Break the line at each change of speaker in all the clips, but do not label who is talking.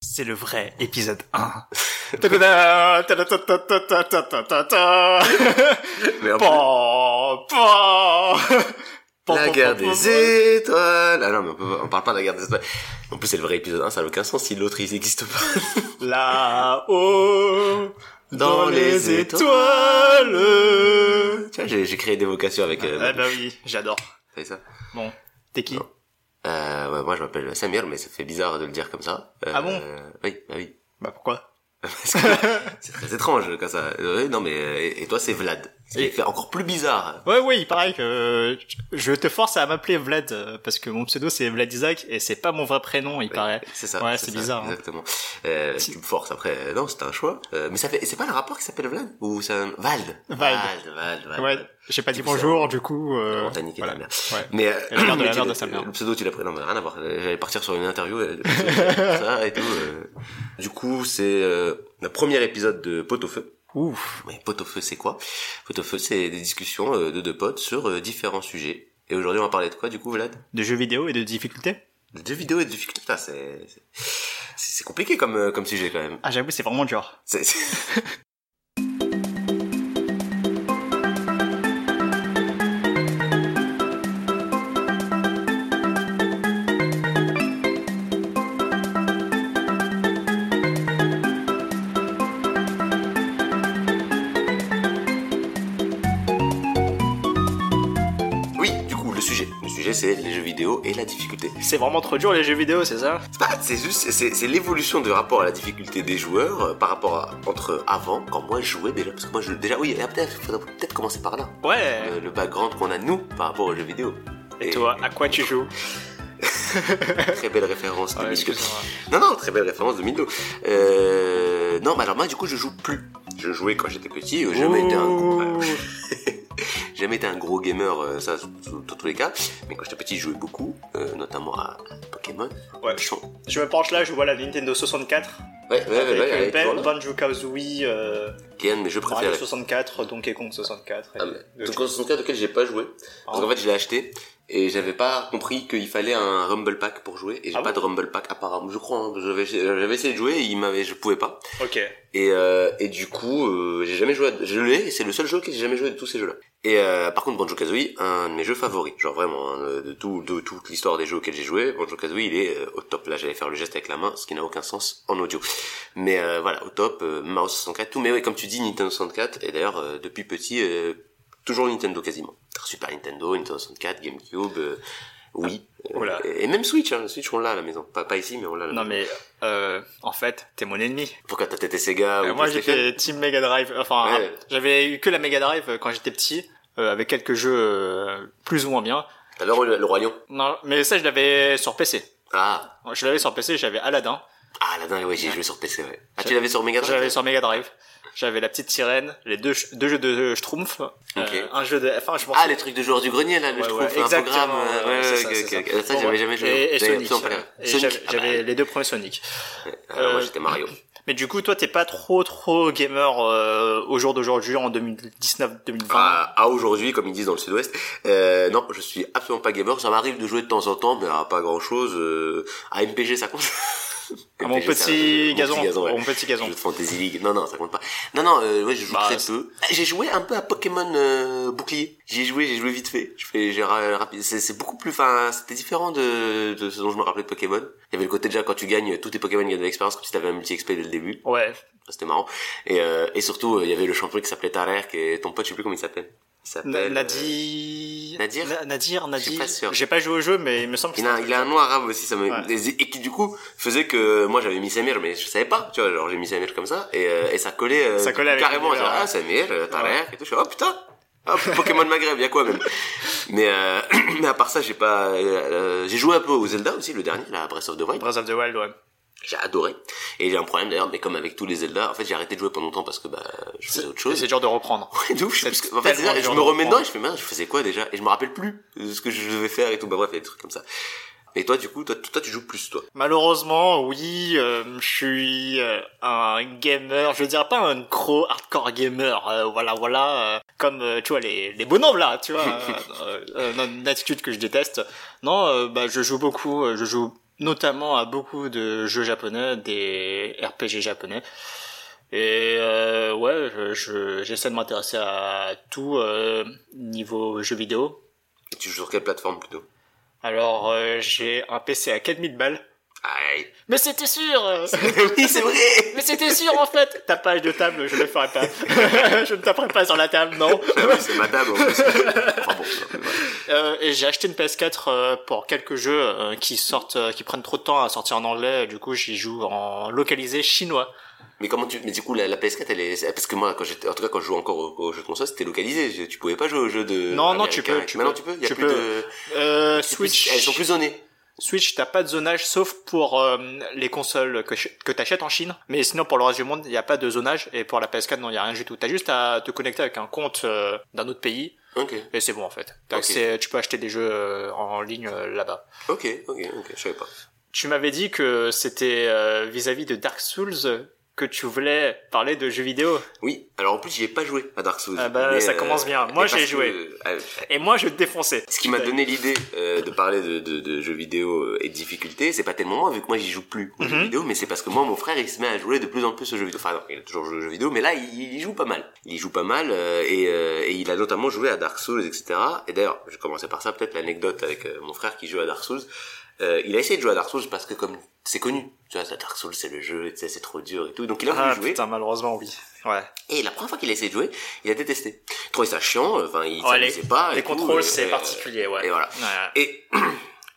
c'est le vrai épisode 1.
Ta-da-da, ta-da-ta-ta-ta-ta-ta-ta.
Mais en plus,
Pan, pan. Pan,
la
pan,
guerre
pan, pan, pan.
des étoiles. Ah non, mais on, peut pas- on parle pas de la guerre des étoiles. En plus, c'est le vrai épisode 1, ça n'a aucun sens si l'autre il n'existe pas.
Là-haut,
Dans
dans les
les
étoiles.
tu vois, j'ai j'ai créé des vocations avec. Euh,
Ah bah oui, j'adore.
t'as vu ça.
Bon, t'es qui
Non. Euh, ouais, moi je m'appelle Samir, mais ça fait bizarre de le dire comme ça. Euh,
Ah bon
Oui, bah oui.
Bah pourquoi
Parce que c'est très étrange comme ça. Euh, non mais euh, et, et toi c'est Vlad. C'est
Et-
fait encore plus bizarre.
Ouais, ouais, il paraît que je te force à m'appeler Vlad euh, parce que mon pseudo c'est Vlad Isaac et c'est pas mon vrai prénom, il paraît.
C'est ça.
Ouais, c'est
ça,
bizarre, hein.
Exactement. Euh, tu me forces après. euh, Non, c'est un choix. Euh, mais ça fait. C'est pas le rapport qui s'appelle Vlad ou ça Vald. Vald. Vald. Vald.
Ouais, j'ai pas dit
Du coup,
bonjour,
c'est-
du coup. euh,
On t'a niqué
voilà.
ta mère.
Ouais.
Mais euh,
Elle a l'air de la
mais tu-
merde de sa mère.
Le pseudo, tu l'as pris. Non, mais rien à voir. J'allais partir sur une interview, euh, le pseudo, ça et tout. euh. Du coup, c'est euh, le premier épisode de Pot au feu.
Ouf.
Mais Pot au feu, c'est quoi Pot au feu, c'est des discussions euh, de deux potes sur euh, différents sujets. Et aujourd'hui, on va parler de quoi, du coup, Vlad
De jeux vidéo et de difficultés
De jeux vidéo et de difficultés. Putain, c'est c'est- c'est c'est compliqué comme euh, comme sujet quand même.
Ah, j'avoue, c'est vraiment dur.
C'est- c'est- Oui, du coup, le sujet. Le sujet, c'est les jeux vidéo et la difficulté.
C'est vraiment trop dur les jeux vidéo, c'est ça
C'est pas- C'est juste, c'est c'est l'évolution du rapport à la difficulté des joueurs euh, par rapport à, entre avant, quand moi je jouais déjà, parce que moi je, déjà oui, ah, peut-être, faudrait peut-être commencer par là.
Ouais.
Euh, le background qu'on a nous par rapport aux jeux vidéo.
Et toi, à quoi tu joues
Très belle référence de
Ouais,
Mildo.
excuse-moi.
Non, non, très belle référence de Mildo. Euh, non, mais alors moi du coup je joue plus. Je jouais quand j'étais petit, euh, j'ai jamais été un gros,
Ouh.
j'ai jamais été un gros gamer, euh, ça sous- sous- dans tous les cas. Mais quand j'étais petit, je jouais beaucoup, euh, notamment à Pokémon.
Ouais.
Chant.
Je me penche là, je vois la Nintendo 64
Ouais, ouais, ouais,
avec
ouais, elle est
euh,
toujours
Ben-
là.
Banjo Kazooie, euh,
Qui est un de mes jeux
Mario
préférés.
64, Donkey Kong 64. et-
Ah, mais,
euh,
donc, c'est un cas auquel j'ai pas joué. Parce
Ah.
qu'en fait, je l'ai acheté et j'avais pas compris qu'il fallait un Rumble Pack pour jouer. Et j'ai
Ah
pas
bon
de Rumble Pack apparemment. Je crois, hein, que j'avais, j'avais essayé de jouer et il m'avait, je pouvais pas.
Ok.
Et, euh, et du coup, euh, j'ai jamais joué. À, je l'ai. et C'est le seul jeu que j'ai jamais joué de tous ces jeux-là. Et euh, par contre, Banjo Kazooie, un de mes jeux favoris. Genre vraiment hein, de tout, de toute l'histoire des jeux auxquels j'ai joué, Banjo Kazooie, il est euh, au top. Là, j'allais faire le geste avec la main, ce qui n'a aucun sens en audio. Mais euh, voilà, au top, euh, Mario 64, tout. Mais oui, comme tu dis, Nintendo 64. Et d'ailleurs, euh, depuis petit, euh, toujours Nintendo quasiment. Super Nintendo, Nintendo 64, GameCube. euh, oui,
Oh là.
et et même Switch, hein, Switch on l'a à la maison, pas, pas ici mais on l'a. à la
Non
maison.
mais euh, en fait, t'es mon ennemi.
Pourquoi t'as été Sega
Euh,
ou
moi
PlayStation
j'étais Team Mega Drive. euh, Enfin,
Ouais.
j'avais eu que la Mega Drive euh, quand j'étais petit, euh, avec quelques jeux euh, plus ou moins bien.
Alors le, le Roi Lion.
Non, mais ça je l'avais sur PC.
Ah,
Je l'avais sur PC, j'avais Aladdin,
Ah, la dingue, ouais, j'ai joué sur PC, ouais. Ah, tu l'avais sur Mega
j'avais
Drive
sur Mega Drive, j'avais la petite sirène, les deux ch- deux jeux de euh, Schtroumpf, euh,
Ok.
un jeu de enfin je pense
Ah, les trucs de joueurs du grenier, là, le
Ouais,
je trouve
ouais,
infogramme.
exactement,
euh,
ouais,
Ouais,
c'est
ouais,
ça,
ok,
c'est
ok,
ça.
ok. Ça,
Bon,
j'avais
ouais.
jamais joué.
Et, et
J'avais
Sonic.
absolument pas l'air.
Et
Sonic,
j'avais-
ah,
J'avais
bah,
les deux premiers Sonic.
ah, Moi,
euh,
j'étais Mario.
Mais du coup, toi, t'es pas trop, trop gamer euh, au jour d'aujourd'hui, en 2019-2020.
À, à Ah, aujourd'hui, comme ils disent dans le sud-ouest, euh, non, je suis absolument pas gamer. Ça m'arrive de jouer de temps en temps, mais à pas grand-chose. euh, à MPG, ça compte
Ah, mon,
MPG, c'est un jeu-
petit
euh, mon
gazon,
petit gazon, ouais.
mon petit gazon.
Jeu de Fantasy League. Non, non, ça compte pas. Non, non, euh, ouais, je joue
Bah,
très
c'est-
peu. Ah, J'ai joué un peu à Pokémon euh, Bouclier. J'ai joué, j'ai joué vite fait. Je fais, j'ai ra- rapide. C'est c'est beaucoup plus. Enfin, c'était différent de, de ce dont je me rappelais de Pokémon. Il y avait le côté déjà quand tu gagnes, tous tes Pokémon gagnent de l'expérience, comme si t'avais un multi XP dès le début.
Ouais.
Ça, C'était marrant. Et, euh, et surtout, euh, il y avait le champion qui s'appelait Tarek et ton pote, je sais plus comment il s'appelle. Il
Na-
s'appelle. euh,
Nadir...
Nadir
Na- Nadir,
suis
Nadir.
pas sûr.
J'ai pas joué au jeu, mais il me semble que
Il a, il a un nom arabe aussi, ça me,
Ouais.
et qui du coup faisait que moi j'avais mis Samir, mais je savais pas, tu vois, genre j'ai mis Samir comme ça, et, euh, et ça collait, euh,
Ça collait avec
carrément,
l'univers,
genre, ah
ouais.
Samir, euh, t'as
Ouais.
l'air, et tout, je suis, oh putain, hop, Pokémon Maghreb, y a quoi même Mais, euh, mais à part ça, j'ai pas, euh, euh, j'ai joué un peu au Zelda aussi, le dernier, là, Breath of the Wild,
Breath of the Wild, ouais.
j'ai adoré, et j'ai un problème d'ailleurs, mais comme avec tous les Zelda, en fait j'ai arrêté de jouer pendant longtemps parce que bah, je faisais autre
Et
chose.
C'est dur de reprendre.
Ouais, de ouf, je,
C'est
parce que- en fait, c'est
tellement
ça, je
dur
me
de
remets dedans et
reprendre.
je fais merde, je faisais quoi déjà Et je me rappelle plus de ce que je devais faire et tout, bah bref, il y a des trucs comme ça. Et toi, du coup, toi, toi tu joues plus, toi.
Malheureusement, oui, euh, je suis euh, un gamer, je veux dire pas un gros hardcore gamer, euh, voilà, voilà, euh, comme, euh, tu vois, les, les bonhommes là, tu vois, euh, euh, euh, non, une attitude que je déteste. Non, euh, bah, je joue beaucoup, euh, je joue notamment à beaucoup de jeux japonais, des RPG japonais. Et euh, ouais, je- je- j'essaie de m'intéresser à tout euh, niveau jeux vidéo.
Tu joues sur quelle plateforme plutôt
Alors euh, j'ai un PC à 4000 balles.
Aïe.
Mais c'était sûr euh,
oui, c'est vrai
Mais c'était sûr en fait Tapage de table, je ne le ferai pas. je ne taperai pas sur la table, non.
Ah oui, c'est ma table en plus. Enfin bon, non, mais voilà.
Euh, et j'ai acheté une PS4 euh, pour quelques jeux euh, qui sortent, euh, qui prennent trop de temps à sortir en anglais. Du coup, j'y joue en localisé chinois.
Mais comment tu. Mais du coup, la, la PS4, elle est. Parce que moi, quand j'étais. En tout cas, quand je jouais encore au, au jeu de console, c'était localisé. Je- Tu pouvais pas jouer au jeu de.
Non, non, tu
américain.
peux, tu
Maintenant,
peux.
tu peux. Il y a
Tu
plus
peux.
de.
Euh,
c'est plus-
Switch,
Elles sont plus zonées.
Switch, t'as pas de zonage sauf pour euh, les consoles que, ch- que t'achètes en Chine. Mais sinon, pour le reste du monde, il y a pas de zonage. Et pour la PS4, non, il y a rien du tout. T'as juste à te connecter avec un compte euh, d'un autre pays
Ok.
et c'est bon en fait. T'as
Ok.
accès- tu peux acheter des jeux euh, en ligne euh, là-bas.
Ok, ok, ok. Je savais pas.
Tu m'avais dit que c'était euh, vis-à-vis de Dark Souls que tu voulais parler de jeux vidéo.
Oui. Alors en plus, j'y ai pas joué à Dark Souls.
Ah bah, ça commence bien. Moi,
mais
j'ai
parce
joué.
que, euh,
Et moi, je vais te défoncer.
Ce qui m'a donné l'idée euh, de parler de, de, de jeux vidéo euh, et de difficultés, c'est pas tellement moi, vu que moi j'y joue plus aux jeux
Mhm.
vidéo, mais c'est parce que moi, mon frère, il se met à jouer de plus en plus aux jeux vidéo. Enfin non, il a toujours joué aux jeux vidéo, mais là, il, il joue pas mal. Il joue pas mal euh, et, euh, et il a notamment joué à Dark Souls, etc. Et d'ailleurs, je commençais par ça, peut-être l'anecdote avec euh, mon frère qui joue à Dark Souls. Euh, il a essayé de jouer à Dark Souls parce que comme c'est connu, tu vois, Dark Souls c'est le jeu, tu sais, c'est trop dur et tout, donc il a voulu
Ah
jouer.
putain, malheureusement, oui. Ouais.
Et la première fois qu'il a essayé de jouer, il a détesté. Il trouvait ça chiant, euh, enfin il
Ouais,
s'amusait pas. et
Les
tout,
contrôles,
euh,
c'est
euh,
particulier, ouais.
et voilà.
Ouais.
Et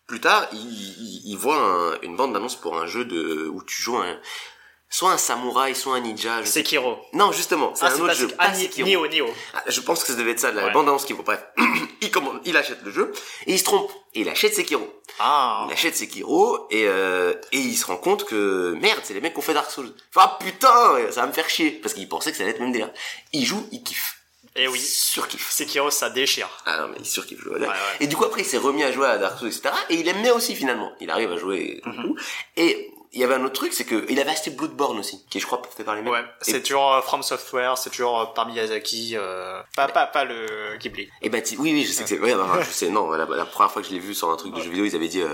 plus tard, il, il- il voit un- une bande d'annonce pour un jeu de où tu joues un soit un samouraï, soit un ninja. je sais-
Sekiro.
Non, justement, c'est
Ah,
un autre
pas
jeu.
Sekiro. Ah,
pas
Ni-
Sekiro.
Nioh, Nioh.
Ah, Je pense que ça devait être ça, la
Ouais.
bande annonce qui vaut. Bref, il commande, il achète le jeu et il se trompe. Et il achète Sekiro.
Ah.
Il achète Sekiro et euh, et il se rend compte que merde, c'est les mecs qui ont fait Dark Souls. Enfin ah, putain, ça va me faire chier parce qu'il pensait que ça allait être le même délire. Il joue, il kiffe.
Et Eh oui.
Il surkiffe.
Sekiro, ça déchire.
Ah non, mais il surkiffe le jeu.
Ouais, ouais.
Et du coup, après, il s'est remis à jouer à Dark Souls, etc. Et il aime bien aussi, finalement. Il arrive à jouer et tout.
Mhm.
Et il y avait un autre truc, c'est que il avait acheté Bloodborne aussi, qui est, je crois, fait par les mêmes.
Ouais, c'est
Et,
toujours euh, From Software, c'est toujours euh, par Miyazaki, euh, pas, pas, pas le Ghibli.
et bah, ti- oui, oui, je sais que c'est, ouais, bah, je sais, non, la, la première fois que je l'ai vu sur un truc de jeu vidéo, ils avaient dit, euh,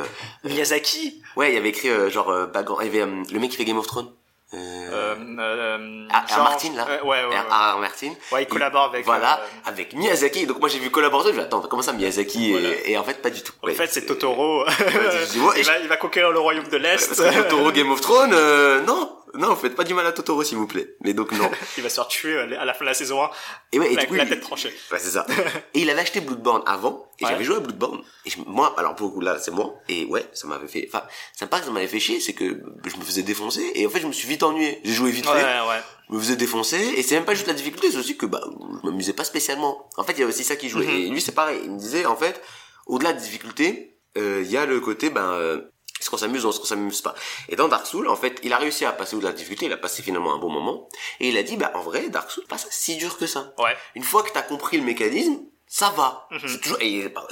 Miyazaki
ouais, il y avait écrit, euh, genre, euh, Bagan- il y avait, euh, le mec qui fait Game of Thrones. Euh,
euh, euh,
Ah,
genre-
R. Martin, là
Euh, Ouais, ouais, ouais.
R. R. Martin.
Ouais, il collabore avec...
Voilà,
euh,
avec Miyazaki. Donc, moi, j'ai vu collaboration, je me attends, comment ça, Miyazaki?
Voilà.
Et, et en fait, pas du tout.
en fait, c'est Totoro.
je dis, ouais,
il,
je-
va, il va conquérir le royaume de l'Est.
Parce que Totoro Game of Thrones, euh, non, non, faites pas du mal à Totoro, s'il vous plaît. Mais donc, non.
il va se faire tuer euh, à la fin de la saison 1
Et ouais, et du
avec
coup,
la
il-
tête tranchée.
Ouais, c'est ça. et il avait acheté Bloodborne avant, et
Ouais.
j'avais joué à Bloodborne. Et je- moi, alors pour le coup, là, c'est moi. Et ouais, ça m'avait fait, enfin, ça me pas que ça m'avait fait chier, c'est que je me faisais défoncer, et en fait, je me suis vite ennuyé. J'ai joué vite
Ouais,
fait,
ouais.
je me faisais défoncer, et c'est même pas juste la difficulté, c'est aussi que, bah, je m'amusais pas spécialement. En fait, il y a aussi ça qui jouait.
Mhm.
Et lui, c'est pareil. Il me disait, en fait, au-delà des difficultés, euh, il y a le côté, ben, euh, est-ce qu'on s'amuse ou est-ce qu'on s'amuse pas Et dans Dark Souls, en fait, il a réussi à passer au-delà des difficultés, il a passé finalement un bon moment, et il a dit, bah, en vrai, Dark Souls, pas ça si dur que ça
Ouais.
une fois que t'as compris le mécanisme, ça va.
Mhm.
C'est toujours, et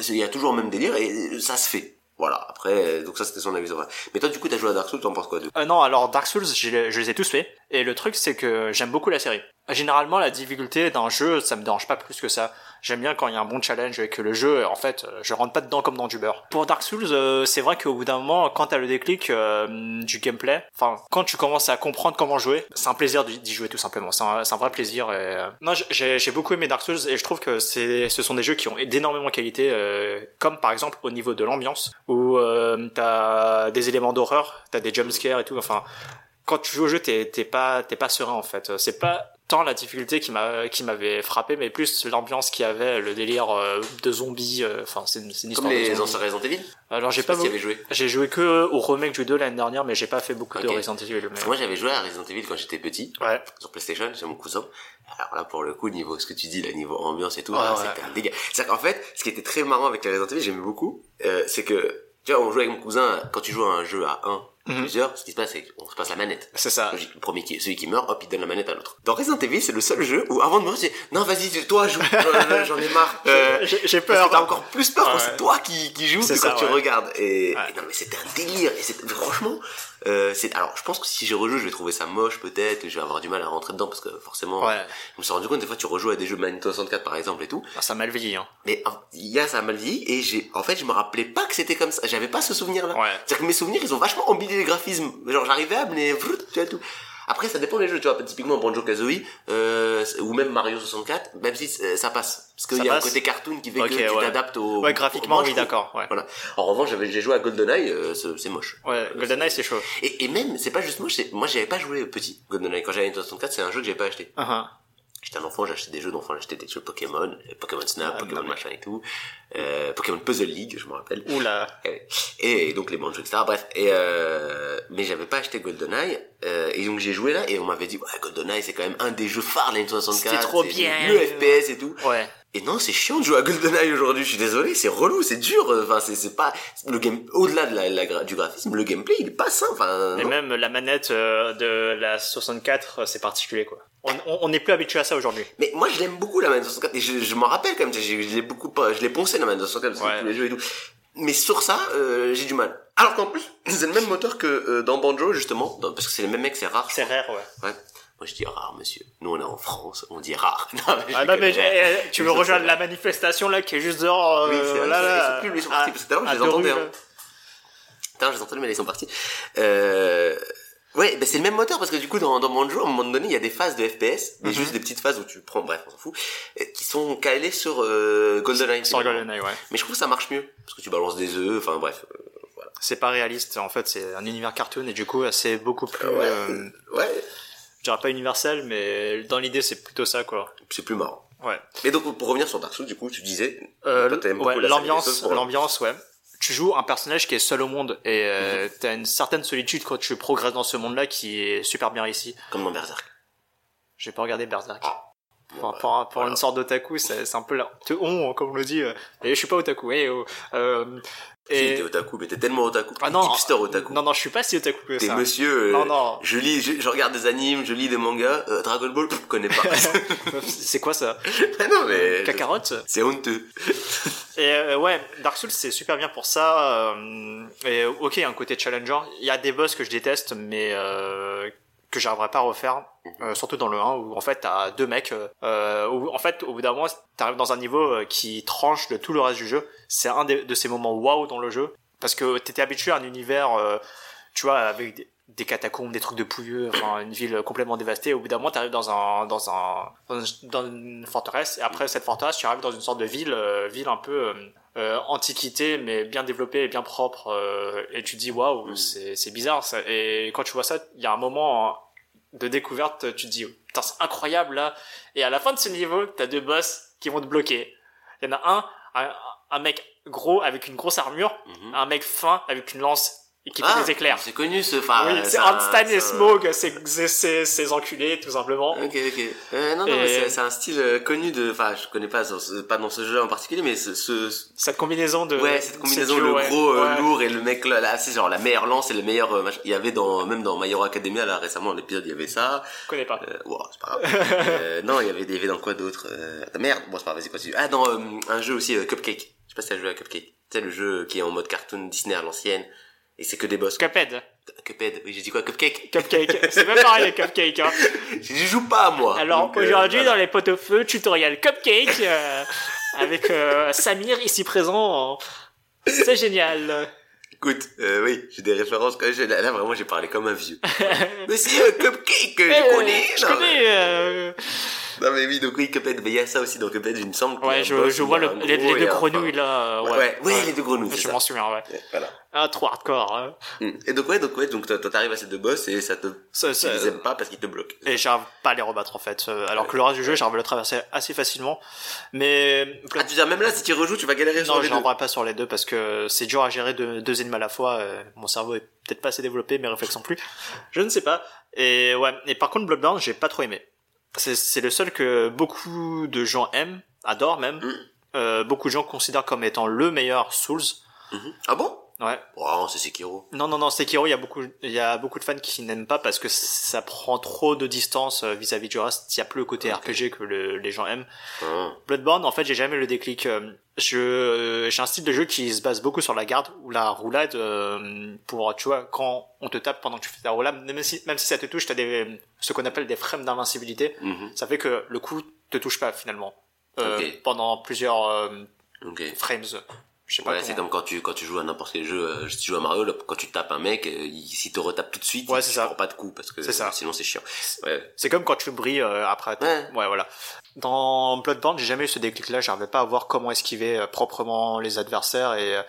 il y a toujours le même délire et euh, ça se fait. Voilà. Après, euh, donc ça c'était son avis. Enfin, Mais toi, du coup, t'as joué à Dark Souls, t'en penses quoi de
Euh, non, alors Dark Souls, je, les- je les ai tous faits. Et le truc, c'est que j'aime beaucoup la série. Généralement, la difficulté d'un jeu, ça me dérange pas plus que ça. J'aime bien quand il y a un bon challenge et que le jeu, en fait, euh, je rentre pas dedans comme dans du beurre. Pour Dark Souls, euh, c'est vrai qu'au bout d'un moment, quand t'as le déclic euh, du gameplay, enfin, quand tu commences à comprendre comment jouer, c'est un plaisir d'y d'y jouer tout simplement. C'est un, c'est un vrai plaisir. Et... euh, Non, j- j'ai j'ai beaucoup aimé Dark Souls et je trouve que c'est, ce sont des jeux qui ont d'énormément de qualité, euh, comme par exemple au niveau de l'ambiance, où euh, t'as des éléments d'horreur, t'as des jumpscares et tout, enfin, quand tu joues au jeu, t'es t'es pas t'es pas serein en fait. Euh, C'est pas tant la difficulté qui m'a qui m'avait frappé, mais plus l'ambiance qu'il y avait, le délire euh, de zombies. euh, Enfin, c'est une, c'est une
Comme
histoire. de
les
zombies.
anciens Resident Evil
Alors
Je
j'ai
sais
pas
si
beaucoup-
t'avais joué.
j'ai joué que au remake du 2 l'année dernière, mais j'ai pas fait beaucoup de
Ok.
Resident Evil.
Parce
mais-
que moi, j'avais joué à Resident Evil quand j'étais petit
Ouais.
sur PlayStation chez mon cousin. Alors là, pour le coup, niveau ce que tu dis, là, niveau ambiance et tout,
Ouais,
ah,
ouais.
c'était un délire. C'est-à-dire qu'en fait, ce qui était très marrant avec les Resident Evil, j'aimais beaucoup, euh, c'est que tu vois, on jouait avec mon cousin quand tu joues à un jeu à un
Mhm. Ah.
plusieurs, ce qui se passe, c'est qu'on se passe la manette.
C'est ça.
Logique, le premier qui, celui qui meurt, hop, il donne la manette à l'autre. Dans Resident Evil, c'est le seul jeu où avant de mourir, tu dis non, vas-y, toi joue, j'en- j'en ai marre. Euh,
J'ai j'ai
parce
peur.
que t'as encore plus peur quand
Ouais.
c'est toi qui, qui joues que
C'est
quand
ça,
tu
ouais.
regardes. Et,
Ouais.
et non, mais c'était un délire. Et c'est- franchement, Euh, c'est alors je pense que si je rejoue je vais trouver ça moche peut-être je vais avoir du mal à rentrer dedans parce que forcément
Ouais,
je me suis rendu compte des fois tu rejoues à des jeux Nintendo 64 par exemple et tout
bah, ça m'a le vieilli, hein.
mais en- il y a ça a mal vieilli et j'ai en fait je me rappelais pas que c'était comme ça j'avais pas ce souvenir là
Ouais.
c'est-à-dire que mes souvenirs ils ont vachement embelli les graphismes genre j'arrivais à mais tu vois tout après ça dépend des jeux tu vois typiquement Banjo Kazooie euh, ou même Mario 64 même si euh, ça passe parce qu'il
Ça
y a un
passe
côté cartoon qui fait
Ok,
que tu
ouais.
t'adaptes au
Ouais, graphiquement,
moi, je
oui,
trouve-
d'accord, ouais.
voilà en revanche j'avais j'ai joué à GoldenEye euh, c'est c'est moche
Ouais, GoldenEye, c'est chaud.
et, et même, c'est pas juste moi, c'est- moi j'avais pas joué petit GoldenEye. Quand j'avais une 64, c'est un jeu que j'avais pas acheté.
Ah, ah.
J'étais un enfant, j'achetais des jeux d'enfants, j'achetais des jeux Pokémon, euh, Pokémon Snap,
Ah,
Pokémon
non, mais-
machin et tout, euh, Pokémon Puzzle League, je me rappelle.
Oula.
Et, et donc les banjos, etc. Bref, et euh, mais j'avais pas acheté GoldenEye, euh, et donc j'ai joué là, et on m'avait dit, ouais, GoldenEye c'est quand même un des jeux phares de la N64.
C'était trop
c'est
bien.
Le FPS et tout.
Ouais.
Et non, c'est chiant de jouer à GoldenEye aujourd'hui, je suis désolé, c'est relou, c'est dur, euh, enfin c'est c'est pas, le game, au-delà de la, la gra- du graphisme, le gameplay il est pas simple, enfin.
Et
non.
même la manette euh, de la 64, euh, c'est particulier, quoi. On on- on n'est plus habitué à ça aujourd'hui.
Mais moi, je l'aime beaucoup, la Man 64. Et je, je m'en rappelle quand même. Je, je l'ai beaucoup, pas- je l'ai poncé, la Man 64, parce que
Ouais.
tous les jeux et tout. Mais sur ça, euh, j'ai du mal. Alors qu'en plus, c'est le même moteur que euh, dans Banjo, justement. dans- parce que c'est les mêmes mecs, c'est rare. je
C'est rare, ouais.
crois. Ouais. Moi, je dis rare, monsieur. Nous, on est en France, on dit rare. Non, mais,
Ah non, mais
j'ai...
eh, eh, tu veux
Mais ça,
rejoindre
c'est
la manifestation là qui est juste dehors. euh,
Oui, c'est vrai,
là, là,
c'est-
Ah,
ils sont plus- ils sont
à-
partis, parce que tout à l'heure, je
à
les
deux
entendais,
rues,
hein. Putain, je les entendais, mais là, ils sont partis. Euh... Ouais, bah, c'est le même moteur parce que du coup dans, dans Banjo, à un moment donné, il y a des phases de FPS, mais
Mhm.
juste des petites phases où tu prends, bref, on s'en fout, euh, qui sont calées sur euh, GoldenEye.
là. Sans GoldenEye, ouais.
Mais je trouve que ça marche mieux. Parce que tu balances des œufs, enfin bref.
C'est pas réaliste, en fait, c'est un univers cartoon et du coup, c'est beaucoup plus.
Ouais.
euh,
Ouais,
je dirais pas universel, mais dans l'idée, c'est plutôt ça, quoi.
c'est plus marrant.
Ouais.
Mais donc pour revenir sur Dark Souls, du coup, tu disais,
Euh,
toi t'aimes
ouais,
beaucoup la série des Souls
l'ambiance,
pour-
l'ambiance, ouais. Tu joues un personnage qui est seul au monde et
Mhm.
euh, t'as une certaine solitude quand tu progresses dans ce monde-là qui est super bien ici.
comme dans Berserk.
J'ai pas regardé Berserk.
Bon,
Pour,
bah,
pour, pour
voilà.
une sorte d'otaku, c'est c'est un peu la honte, on, comme on le dit. euh, et je suis pas otaku. eh, oh. Euh,
Si,
et
t'es otaku, mais t'es tellement otaku.
Ah
t'es
non,
hipster otaku.
non, non, je suis pas si otaku que
t'es
ça.
monsieur. euh,
Non, non.
Je lis, je, je regarde des animes, je lis des mangas. euh, Dragon Ball, pff, connais pas.
c'est quoi ça
Ah non mais.
Kakarot
C'est honteux.
Et euh, ouais, Dark Souls c'est super bien pour ça. euh, et ok, il y a un côté challenger. Il y a des boss que je déteste, mais euh, que j'arriverai pas à refaire. euh, surtout dans le 1 où en fait t'as deux mecs euh, où en fait au bout d'un moment t'arrives dans un niveau euh, qui tranche de tout le reste du jeu c'est un des- de ces moments waouh dans le jeu parce que t'étais habitué à un univers euh, tu vois avec des, des catacombes des trucs de pouilleux enfin une ville complètement dévastée au bout d'un moment t'arrives dans un dans un dans, une- dans une forteresse et après cette forteresse tu arrives dans une sorte de ville euh, ville un peu euh, euh, antiquité mais bien développée et bien propre euh, et tu te dis waouh
Mm.
c'est c'est bizarre ça. et quand tu vois ça il y a un moment hein, de découverte tu te dis putain c'est incroyable là et à la fin de ce niveau t'as deux boss qui vont te bloquer il y en a un un, un mec gros avec une grosse armure
Mhm.
un mec fin avec une lance et qui
Ah,
fait des éclairs.
C'est connu ce phare.
oui,
euh,
c'est
un-
Einstein et
c'est un-
Smog, c'est- c'est c'est- ces enculés, tout simplement.
Ok, ok. Euh, non, non,
Et-
mais c'est- c'est un style euh, connu de. Enfin, je connais pas, dans ce- pas dans ce jeu en particulier, mais ce- ce,
Cette combinaison de.
Ouais, cette combinaison,
duo,
le
Euh, ouais.
gros euh,
Ouais.
lourd et le mec là, là, c'est genre la meilleure lance et le meilleur euh, machin. Il y avait dans, même dans My Hero Academia, là, récemment, l'épisode, il y avait ça.
Je connais pas.
Euh, wow, c'est pas grave. Euh, non, il y avait, il y avait dans quoi d'autre euh, attends, Merde, bon, c'est pas grave, vas-y, continue. Ah, dans euh, un jeu aussi, euh, Cupcake. Je sais pas si t'as joué à Cupcake. Tu sais, le jeu qui est en mode cartoon Disney à l'ancienne. Et c'est que des boss.
Cuphead,
Cuphead, oui, j'ai dit quoi Cupcake
Cupcake. c'est pas pareil, les Cupcake. hein.
J'ai dit, Je joue pas, moi
Alors
Donc, euh,
aujourd'hui,
voilà.
dans les pots au feu, tutoriel Cupcake, euh, avec euh, Samir ici présent. en- C'est génial.
Écoute, euh, oui, j'ai des références. quand je- Là, là, vraiment, j'ai parlé comme un vieux. mais si, euh, Cupcake,
Eh,
je connais
je
non,
connais. euh,
Non mais oui, donc oui, Cuphead, mais il y a ça aussi dans Cuphead, il me semble. qu'il y a
Ouais,
un
je,
boss,
je
il y
vois
a
le-
un
les,
gros
les
et
deux
un-
grenouilles là. euh,
Ouais,
Ouais,
ouais, ouais, les deux grenouilles, c'est
Je
ça.
m'en souviens, ouais.
Ouais, Voilà.
Ah, trop hardcore. hein.
Mm. Et donc ouais, donc ouais, donc toi toi, t'arrives à ces deux boss et ça te...
Ça-
Tu
ça- euh,
les aimes pas parce qu'ils te bloquent.
et j'arrive pas à les rebattre en fait. Euh, Alors que le reste du jeu, j'arrive à le traverser assez facilement. Mais
Ah, tu veux dire, même là, si tu rejoues, tu vas galérer sur
non,
les
je
deux.
n'envoie pas sur les deux parce que c'est dur à gérer deux, deux ennemis à la fois. euh, Mon cerveau est peut-être pas assez développé, mes réflexes non plus. Je ne sais pas. Et ouais. Et par contre, Bloodborne, j'ai pas trop aimé. C'est- C'est le seul que beaucoup de gens aiment, adorent même.
Mm.
Euh, beaucoup de gens considèrent comme étant le meilleur Souls.
Mhm. Ah bon
Ouais.
Oh, c'est Sekiro.
Non, non, non, Sekiro, il y a beaucoup, il y a beaucoup de fans qui n'aiment pas parce que ça prend trop de distance euh, vis-à-vis du reste. Il y a plus le côté
Ok.
RPG que le- les gens aiment.
Ah.
Bloodborne, en fait, j'ai jamais le déclic. Euh, Je, euh, j'ai un style de jeu qui se base beaucoup sur la garde ou la roulade euh, pour, tu vois, quand on te tape pendant que tu fais ta roulade, même si, même si ça te touche, t'as des, ce qu'on appelle des frames d'invincibilité.
Mhm.
Ça fait que le coup te touche pas finalement euh,
Ok.
pendant plusieurs euh,
Ok.
frames. Je sais pas.
Ouais, c'est
comment-
comme quand tu quand tu joues à n'importe quel jeu, euh, si tu joues à Mario, là, quand tu tapes un mec, euh, il, s'il te retape tout de suite,
Ouais,
il
c'est
tu
ça.
prends pas de coup parce que
C'est ça.
sinon c'est chiant. Ouais.
C'est comme quand tu brilles euh, après. t'es-
Ouais.
voilà. Dans Bloodborne, j'ai jamais eu ce déclic-là. J'arrivais pas à voir comment esquiver euh, proprement les adversaires et euh,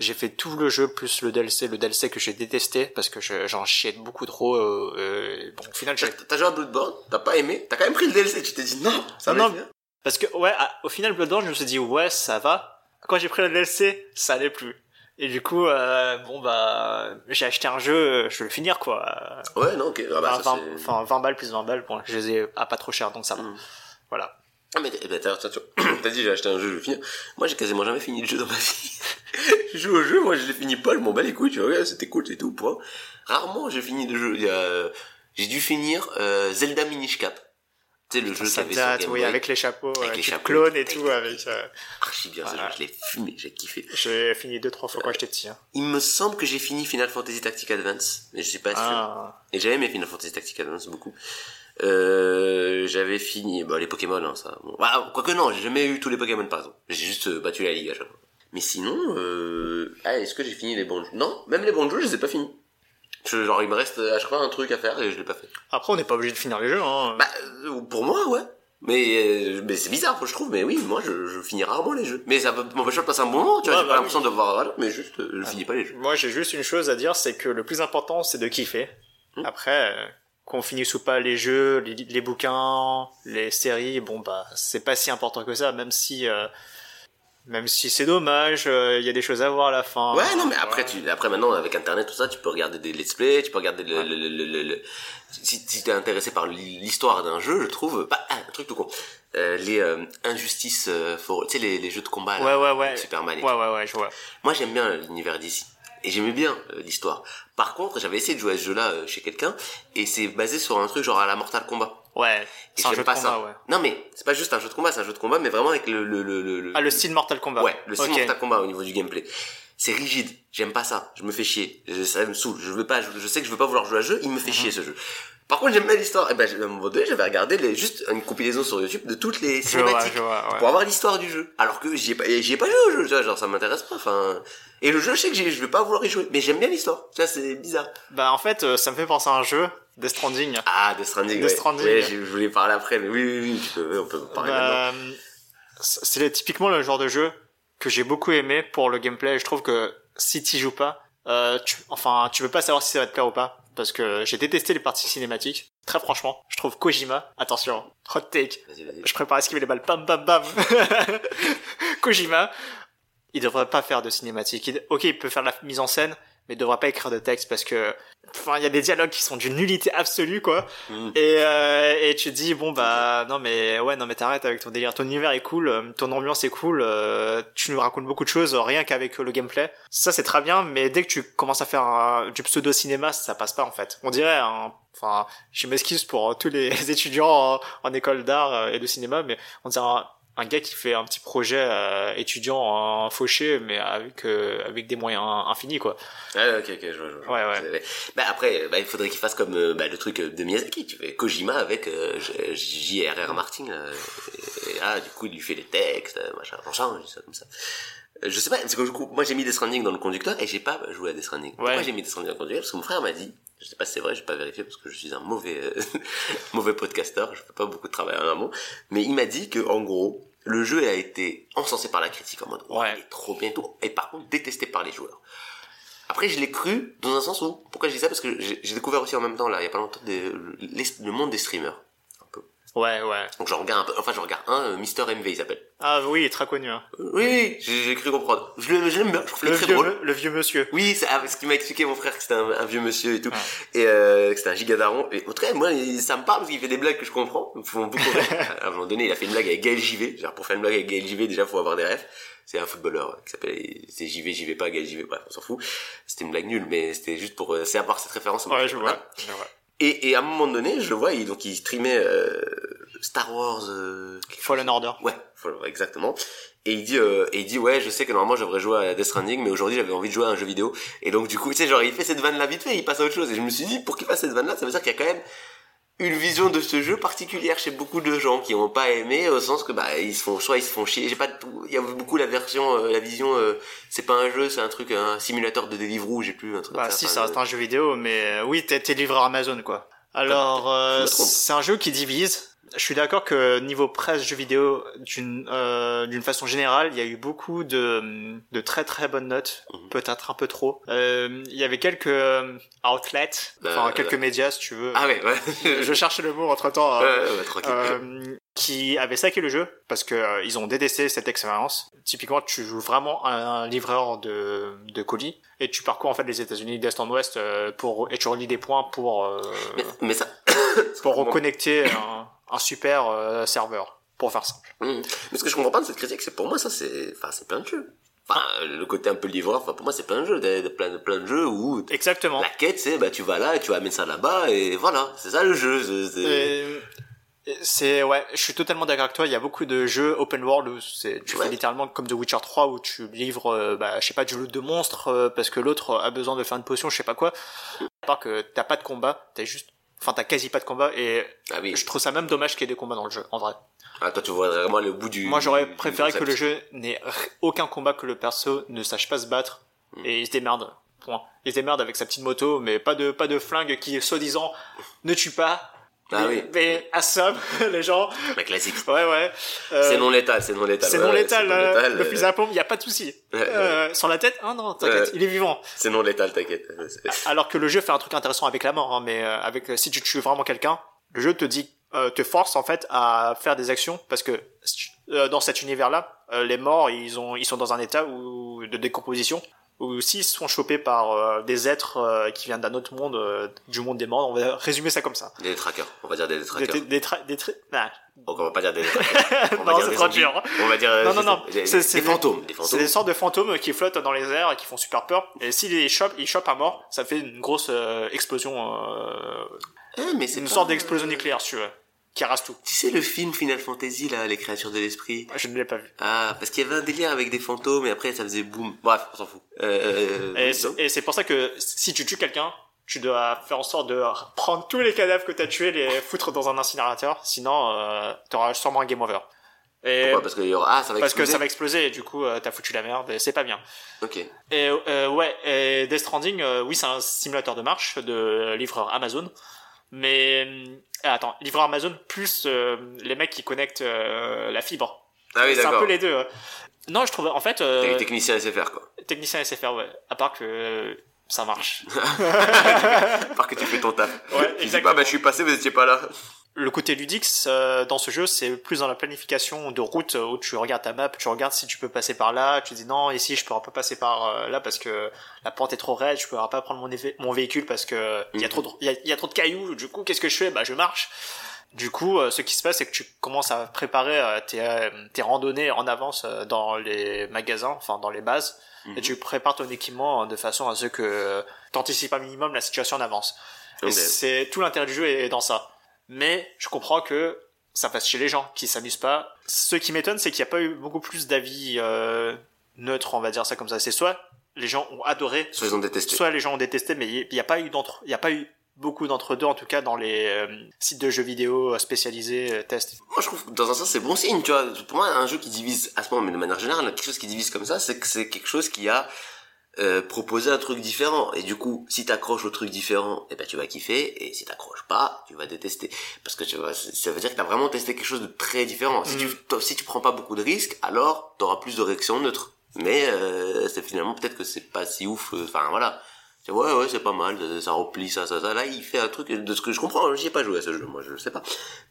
j'ai fait tout le jeu plus le DLC, le DLC que j'ai détesté parce que je- j'en chiais beaucoup trop. euh, euh, bon, au final, j'ai-
T'as t'as joué à Bloodborne, t'as pas aimé, t'as quand même pris le DLC, tu t'es dit non, ça va
Non,
être bien.
parce que ouais, à- au final Bloodborne, je me suis dit ouais, ça va. Quand j'ai pris le DLC, ça allait plus. Et du coup, euh, bon bah, j'ai acheté un jeu, euh, je vais le finir quoi.
Ouais, non, ok. Ah, bah,
Enfin,
ça,
20,
c'est-
enfin, 20 balles plus 20 balles, bon, je les ai à pas trop cher, donc ça va.
Mm.
Voilà.
Ah, mais t'as- eh ben, t'as t'as- t'as dit j'ai acheté un jeu, je vais finir. Moi j'ai quasiment jamais fini de jeu dans ma vie. je joue au jeu, moi je l'ai fini pas, je m'en bats les couilles, tu vois, ouais, c'était cool, c'est tout, point. Rarement j'ai fini de jeu. Il y a- euh, J'ai dû finir euh, Zelda Minish Cap. Tu sais, le jeu qui
Ça
avait sur
date,
Game
oui,
Boy.
avec les chapeaux, euh,
Avec
tu
les
te
chapeaux.
clones et tout, avec. euh,
Archi bien, ce
Voilà.
jeu, je l'ai fumé, j'ai kiffé.
J'ai fini deux trois fois quand j'étais petit. Hein.
Il me semble que j'ai fini Final Fantasy Tactic Advance, mais je suis pas sûr.
Ah,
Et j'avais aimé Final Fantasy Tactics Advance beaucoup. Euh, j'avais fini bah, les Pokémon, hein, ça. Bon. Bah, quoique non, j'ai jamais eu tous les Pokémon par exemple. J'ai juste euh, battu la ligue à chaque fois. Mais sinon, euh... ah, est-ce que j'ai fini les Banjos Non, même les Banjos, je les ai pas finis. Je- genre, il me reste euh, à chaque fois un truc à faire et je l'ai pas fait.
Après, on n'est pas obligé de finir les jeux. Hein.
Bah, euh, pour moi, ouais. Mais, euh, mais c'est bizarre, je trouve. Mais oui, moi, je, je finis rarement les jeux. Mais ça m'empêche pas de passer un bon moment, tu vois.
Ouais, bah Ah.
j'ai pas l'impression de voir, voilà, mais juste, euh, je finis pas les jeux.
Moi, j'ai juste une chose à dire, c'est que le plus important, c'est de kiffer.
Hmm.
Après, euh, qu'on finisse ou pas les jeux, les, les bouquins, les séries, bon bah, c'est pas si important que ça, même si, euh, même si c'est dommage, euh, il y a des choses à voir à la fin.
Ouais, non, mais après,
Voilà.
tu, après maintenant, avec internet, tout ça, tu peux regarder des let's play, tu peux regarder le, le, le, le- le- le- si, si t'es intéressé par l'histoire d'un jeu, je trouve, bah, ah, un truc tout con. Euh, les, euh, injustices, euh, for- tu sais, les, les jeux de combat, là,
Ouais, ouais, ouais.
avec Superman et
Ouais, ouais, ouais, je vois.
moi, j'aime bien euh, l'univers d'ici. Et j'aimais bien euh, l'histoire. Par contre, j'avais essayé de jouer à ce jeu-là euh, chez quelqu'un, et c'est basé sur un truc genre à la Mortal Kombat.
Ouais,
Et
c'est un
j'aime
jeu de
pas
combat,
ça.
ouais.
Non, mais c'est pas juste un jeu de combat, c'est un jeu de combat, mais vraiment avec le. le, le, le, le-
Ah, le style Mortal Kombat.
Ouais, le style
Ok.
Mortal Kombat au niveau du gameplay. C'est rigide, j'aime pas ça, je me fais chier, je- ça me saoule, je veux pas, je, je sais que je veux pas vouloir jouer à ce jeu, il me
Mhm.
fait chier ce jeu. Par contre, j'aime bien l'histoire. Et ben, j'ai- à un moment donné, j'avais regardé les, juste une compilaison sur YouTube de toutes les
Je vois,
cinématiques
je vois, ouais.
pour avoir l'histoire du jeu. Alors que j'y ai pas, j'y ai pas joué au jeu, tu vois, genre ça m'intéresse pas. Enfin, et le jeu, je sais que j'y- je vais pas vouloir y jouer, mais j'aime bien l'histoire. Ça, c'est bizarre.
Bah, en fait, euh, ça me fait penser à un jeu, Death Stranding.
Ah, Death Stranding.
Death
ouais.
Stranding.
Ouais, je je voulais parler après, mais oui, oui, oui, tu peux, on peut en parler maintenant.
Bah, c'est c'est typiquement le genre de jeu que j'ai beaucoup aimé pour le gameplay. Je trouve que si t'y joues pas, euh, tu, enfin, tu peux pas savoir si ça va te plaire ou pas. Parce que j'ai détesté les parties cinématiques. Très franchement, je trouve Kojima, attention, hot take.
Vas-y, vas-y.
Je prépare à esquiver les balles, bam bam bam. Kojima, il devrait pas faire de cinématique. Il- ok, il peut faire de la mise en scène, mais il devrait pas écrire de texte parce que, enfin, il y a des dialogues qui sont d'une nullité absolue, quoi.
Mm.
Et, euh, et tu te dis bon bah non mais ouais non mais t'arrêtes avec ton délire ton univers est cool euh, ton ambiance est cool euh, tu nous racontes beaucoup de choses euh, rien qu'avec euh, le gameplay ça c'est très bien mais dès que tu commences à faire un- du pseudo cinéma ça passe pas en fait on dirait un- enfin je m'excuse pour euh, tous les étudiants en, en école d'art euh, et de cinéma mais on dirait un, un gars qui fait un petit projet euh, étudiant en fauché mais avec euh, avec des moyens infinis quoi
Ah, ok, ok, je vois, je vois.
Ouais, ouais.
Bah, après, euh, bah, il faudrait qu'il fasse comme euh, bah, le truc euh, de Miyazaki, tu fais Kojima avec euh, J- J.R.R. Martin, là. Et, et, ah, du coup, il lui fait les textes, euh, machin, machin, je dis ça comme ça. Euh, Je sais pas, parce que du coup, moi j'ai mis Death Stranding dans le conducteur et j'ai pas joué à Death Stranding. Pourquoi j'ai mis Death Stranding dans le conducteur Parce que mon frère m'a dit, je sais pas si c'est vrai, j'ai pas vérifié parce que je suis un mauvais, euh, mauvais podcasteur, je fais pas beaucoup de travail en amont, mais il m'a dit que en gros, le jeu a été encensé par la critique en mode oh,
Ouais.
il est trop bien et tout, et par contre détesté par les joueurs. Après, je l'ai cru dans un sens où. Pourquoi je dis ça Parce que j'ai j'ai découvert aussi en même temps, là, il y a pas longtemps, des- les- le monde des streamers. peu.
Ouais, ouais.
Donc j'en regarde un peu. Enfin, j'en regarde un, euh, Mister MV, il s'appelle.
Ah oui, très connu. hein.
Euh, Oui, j'ai j'ai cru comprendre. Je l'aime je l'aime bien, je trouve
Le,
qu'il est très
vieux,
drôle.
me- le vieux monsieur.
Oui, c'est ah, ce qu'il m'a expliqué mon frère, que c'était un, un vieux monsieur et tout, et euh, que c'était un gigadaron. Et en tout cas, moi, il- ça me parle parce qu'il fait des blagues que je comprends. Ils me font beaucoup rire. à un moment donné, il a fait une blague avec Gaël JV. Genre, pour faire une blague avec Gaël JV, déjà, faut avoir des rêves. C'est un footballeur qui s'appelle, c'est JV, JV pas, Gaël JV, bref, on s'en fout. C'était une blague nulle, mais c'était juste pour, euh, c'est à part cette référence. ça m'a
Ouais,
fait
je
rire.
vois. Je vois.
Et, et à un moment donné, je le vois, il, donc il streamait euh, Star Wars. euh,
Fallen Order.
Ouais, faut- exactement. Et il dit, euh, et il dit, ouais, je sais que normalement j'aimerais jouer à Death Stranding, mais aujourd'hui j'avais envie de jouer à un jeu vidéo. Et donc du coup, tu sais, genre il fait cette vanne là vite fait, il passe à autre chose. Et je me suis dit, pour qu'il fasse cette vanne là, ça veut dire qu'il y a quand même une vision de ce jeu particulière chez beaucoup de gens qui ont pas aimé au sens que bah ils se font soit ils se font chier j'ai pas de tout- il y a beaucoup la version euh, la vision euh, c'est pas un jeu c'est un truc un simulateur de Deliveroo j'ai plus un truc
Bah
comme ça,
si,
enfin, euh.
ça reste un jeu vidéo, mais euh, oui, t'es t'es livreur Amazon, quoi. Alors, euh,
Je me trompe.
c'est un jeu qui divise. Je suis d'accord que niveau presse, jeux vidéo, d'une euh, d'une façon générale, il y a eu beaucoup de, de très très bonnes notes,
Mhm.
peut-être un peu trop. Euh, Il y avait quelques euh, outlets, enfin
Euh,
quelques médias si tu veux.
ah ouais ouais
Je cherche le mot entre-temps.
Ouais,
euh,
ouais, ouais, tranquille
euh, qui avaient saqué le jeu parce que euh, ils ont détesté cette expérience. Typiquement, tu joues vraiment un, un livreur de, de colis et tu parcours en fait les États-Unis d'est en ouest euh, pour et tu relis des points pour euh,
mais, mais ça
pour
Excuse-moi.
reconnecter un, un super euh, serveur pour faire simple.
Mmh. Mais ce que je comprends pas de cette critique, c'est que pour moi ça c'est, enfin c'est plein de jeux. Enfin euh, le côté un peu livreur, enfin pour moi c'est plein de jeux, T'as- t'as plein de plein de jeux où t'as-
Exactement.
la quête c'est bah tu vas là, tu amènes ça là-bas et voilà, c'est ça le jeu. c'est- c'est-
Et- et Euh, C'est ouais, je suis totalement d'accord avec toi. Il y a beaucoup de jeux open world où c'est tu
Ouais.
fais littéralement comme The Witcher 3 où tu livres, euh, bah, je sais pas, du loot de monstres euh, parce que l'autre a besoin de faire une potion, je sais pas quoi. À part que t'as pas de combat, t'as juste, enfin t'as quasi pas de combat et
Ah oui.
je trouve ça même dommage qu'il y ait des combats dans le jeu en vrai.
Ah, toi tu vois vraiment le bout du.
Moi j'aurais
du
préféré que
concept.
le jeu n'ait r- aucun combat que le perso ne sache pas se battre
Mm.
et il se démerde. Point. Il se démerde avec sa petite moto, mais pas de pas de flingue qui soi-disant ne tue pas.
Ah
mais,
oui.
mais assomme les gens.
La classique.
Ouais, ouais. Euh,
C'est non létal, c'est non létal.
C'est
Ouais,
non
ouais,
létal.
c'est non
euh,
létal,
le
euh,
fusil à pompe, il n'y a pas de souci.
Ouais, ouais.
Euh, sans la tête, ah non, t'inquiète,
Ouais.
il est vivant.
C'est non létal, t'inquiète.
Alors que le jeu fait un truc intéressant avec la mort, hein, mais euh, avec euh, si tu tues vraiment quelqu'un, le jeu te dit, euh, te force en fait à faire des actions parce que euh, dans cet univers-là, euh, les morts ils ont ils sont dans un état où, de décomposition où s'ils se font choper par euh, des êtres euh, qui viennent d'un autre monde, euh, du monde des morts, on va résumer ça comme ça.
Des trackers, on va dire des
Des,
trackers.
des, des, tra- des tra- ah.
Donc on va pas dire des trackers. On va
Non,
dire
c'est
des
trop
zombies.
dur. hein.
On va dire. euh,
Non,
je
non,
sais
non,
pas, des-
c'est- c'est-
Des fantômes,
C'est
des fantômes.
des sortes de fantômes qui flottent dans les airs et qui font super peur. Et si les chopent, ils chopent un mort, ça fait une grosse euh, explosion. euh,
Eh, mais
c'est
c'est
une
pas-
sorte d'explosion nucléaire, si tu veux, qui rase tout.
Tu sais le film Final Fantasy là, les créatures de l'esprit.
Je ne l'ai pas vu.
Ah, parce qu'il y avait un délire avec des fantômes et après ça faisait boum. Bref, on s'en fout. Euh,
Et
oui,
c'est-
donc.
et c'est pour ça que si tu tues quelqu'un, tu dois faire en sorte de prendre tous les cadavres que t'as tués, les foutre dans un incinérateur, sinon euh, t'auras sûrement un game over. Et
Pourquoi Parce que il y aura. Ah, ça va
parce que
exploser.
ça va exploser et du coup euh, t'as foutu la merde et c'est pas bien.
Ok.
Et euh, ouais, et Death Stranding, euh, oui, c'est un simulateur de marche de livreur Amazon. Mais euh, attends, livreur Amazon plus euh, les mecs qui connectent euh, la fibre.
Ah oui,
c'est un
d'accord.
peu les deux. euh. Non, je trouve en fait
T'es
euh,
technicien SFR quoi.
technicien SFR, ouais. À part que euh, ça marche.
Par que tu fais ton taf.
Ouais,
tu dis
exactement.
pas, bah je suis passé, vous étiez pas là.
Le côté ludique euh, dans ce jeu, c'est plus dans la planification de route euh, où tu regardes ta map, tu regardes si tu peux passer par là, tu dis non, ici je pourrais pas passer par euh, là parce que la pente est trop raide, je pourrais pas prendre mon, éve- mon véhicule parce que il y a
Mhm.
trop de il y a- il y a trop de cailloux, du coup qu'est-ce que je fais Bah je marche. Du coup, euh, ce qui se passe, c'est que tu commences à préparer euh, tes, euh, tes randonnées en avance euh, dans les magasins, enfin dans les bases, et tu prépares ton équipement euh, de façon à ce que euh, t'anticipes un minimum la situation en avance. Et
Ok.
c'est tout l'intérêt du jeu est dans ça. Mais je comprends que ça passe chez les gens qui s'amusent pas. Ce qui m'étonne, c'est qu'il n'y a pas eu beaucoup plus d'avis euh, neutres, on va dire ça comme ça. C'est soit les gens ont adoré,
Soit ils ont détesté.
soit les gens ont détesté, mais il n'y a pas eu d'entre, il y a pas eu beaucoup d'entre deux en tout cas dans les euh, sites de jeux vidéo spécialisés euh, tests.
Moi je trouve que dans un sens c'est bon signe, tu vois. Pour moi un jeu qui divise à ce moment, mais de manière générale, quelque chose qui divise comme ça, c'est que c'est quelque chose qui a euh, proposé un truc différent. Et du coup, si t'accroches au truc différent, eh ben tu vas kiffer. Et si t'accroches pas, tu vas détester. Parce que tu vois, c'est- ça veut dire que t'as vraiment testé quelque chose de très différent. Si, tu, toi, si tu prends pas beaucoup de risques, alors t'auras plus de réactions neutres. Mais euh, c'est finalement peut-être que c'est pas si ouf. euh, Enfin voilà. C'est ouais, ouais, c'est pas mal, ça, ça replie, ça, ça, ça. Là, il fait un truc de ce que je comprends. J'y ai pas joué à ce jeu, moi, je sais pas.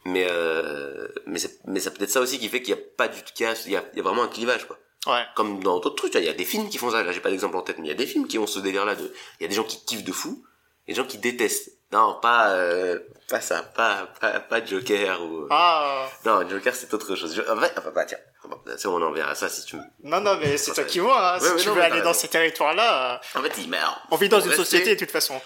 Mais, euh, mais c'est, mais c'est peut-être ça aussi qui fait qu'il y a pas du casse, il y a, il y a vraiment un clivage, quoi.
Ouais.
Comme dans d'autres trucs, tu vois, il y a des films qui font ça. Là, j'ai pas d'exemple en tête, mais il y a des films qui ont ce délire-là de, il y a des gens qui kiffent de fou, et des gens qui détestent. Non, pas, euh, pas ça, pas, pas, pas Joker ou.
Ah,
Non, Joker, c'est autre chose. Je- En vrai, enfin, bah, tiens, c'est on en verra ça si tu. me-
non, non, mais c'est toi qui vois, hein.
Ouais, ouais,
si tu
non,
veux
mais
aller
t'as
dans
raison.
ces territoires-là, euh,
En fait, il meurt.
on vit dans
Pour
une
rester-
société, de toute façon.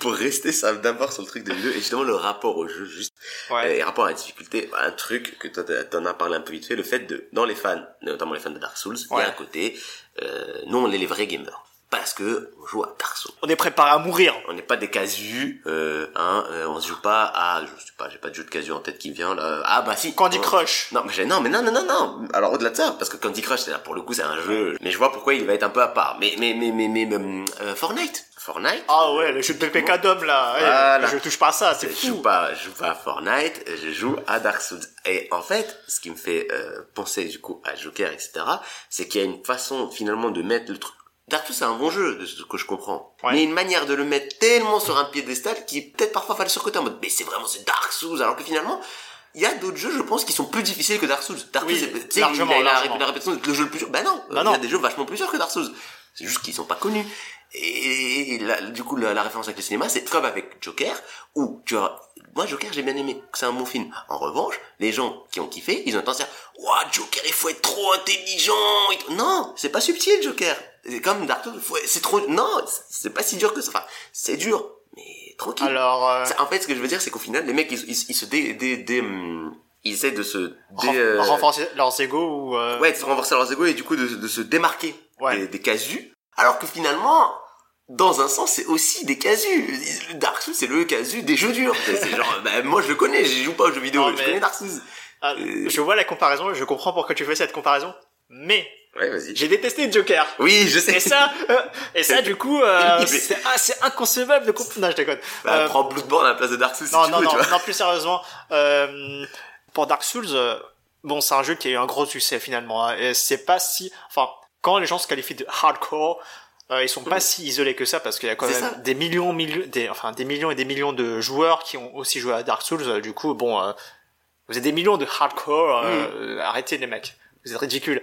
Pour rester ça, d'abord sur le truc des vidéos, et justement le rapport au jeu, juste, euh,
Ouais.
et rapport à la difficulté, bah, un truc que toi t'as- t'en as parlé un peu vite fait, le fait de, dans les fans, notamment les fans de Dark Souls, il y
Ouais.
a un côté, euh, nous on est les vrais gamers. Parce que on joue à Dark Souls.
On est préparé à mourir.
On n'est pas des casus, euh, hein, euh, on se joue pas à, je sais pas, j'ai pas de jeu de casu en tête qui me vient, là. Ah bah si.
Candy
on-
Crush.
non, mais j'ai- non, mais non, non, non, non. Alors au-delà de ça, parce que Candy Crush, c'est là pour le coup, c'est un jeu. Mais je vois pourquoi il va être un peu à part. Mais mais mais mais mais, mais, euh, Fortnite, Fortnite.
Ah ouais, le jeu de PPK d'homme, là. ouais,
Voilà.
Je touche pas à ça, c'est
Je joue
fou.
pas, je joue pas à Fortnite, je joue à Dark Souls. Et en fait, ce qui me fait euh, penser du coup à Joker, etc., c'est qu'il y a une façon finalement de mettre le truc. Dark Souls, c'est un bon jeu, de ce que je comprends.
Ouais.
Mais une manière de le mettre tellement sur un piédestal qui est peut-être parfois va le surcoter en mode, mais c'est vraiment c'est Dark Souls, alors que finalement, il y a d'autres jeux, je pense, qui sont plus difficiles que Dark Souls. Dark
Oui,
Souls, c'est- tu sais,
largement,
il a la-
largement.
la répétition d'être le jeu le plus sûr. Bah non,
Bah
euh,
non.
il y a des jeux vachement plus sûrs que Dark Souls. C'est juste qu'ils sont pas connus. Et la- du coup, la, la référence avec le cinéma, c'est comme avec Joker, où tu vois, moi Joker, j'ai bien aimé, c'est un bon film. En revanche, les gens qui ont kiffé, ils ont tendance à dire, ouah, Joker, il faut être trop intelligent. et tout. Non, c'est pas subtil, Joker. C'est comme Dark Souls, faut- c'est trop, non, c'est- c'est pas si dur que ça. Enfin, c'est dur, mais tranquille.
Alors, euh,
C'est- En fait, ce que je veux dire, c'est qu'au final, les mecs, ils, ils- ils se dé, dé, dé- hum, ils essaient de se dé,
renf-
euh,
renforcer leurs égaux ou... euh,
ouais, de se renforcer leurs égaux et du coup de, de se démarquer
Ouais.
des, des casus. Alors que finalement, dans un sens, c'est aussi des casus. Le Dark Souls, c'est le casu des jeux durs. C'est c'est genre, bah, moi je le connais, je joue pas aux jeux vidéo,
Non,
je
mais-
connais Dark Souls.
ah,
euh,
Je vois la comparaison, je comprends pourquoi tu fais cette comparaison, mais
Ouais, vas-y.
j'ai détesté Joker.
Oui, je sais.
Et ça, euh, et ça, du coup, euh,
Mais-
c'est ah, c'est inconcevable de comprendre. Non, je déconne.
Bah,
Euh,
prends Bloodborne à la place de Dark Souls si
non,
tu
non,
veux,
non,
tu vois.
non, plus sérieusement, euh, pour Dark Souls, euh, bon, c'est un jeu qui a eu un gros succès finalement. hein, et c'est pas si, enfin, quand les gens se qualifient de hardcore, euh, ils sont pas si isolés que ça parce qu'il y a quand
Mm. C'est
même
ça.
des millions, millions, des, enfin, des millions et des millions de joueurs qui ont aussi joué à Dark Souls. euh, du coup, bon, euh, vous êtes des millions de hardcore,
Mm.
euh, euh, arrêtez les mecs, vous êtes ridicules.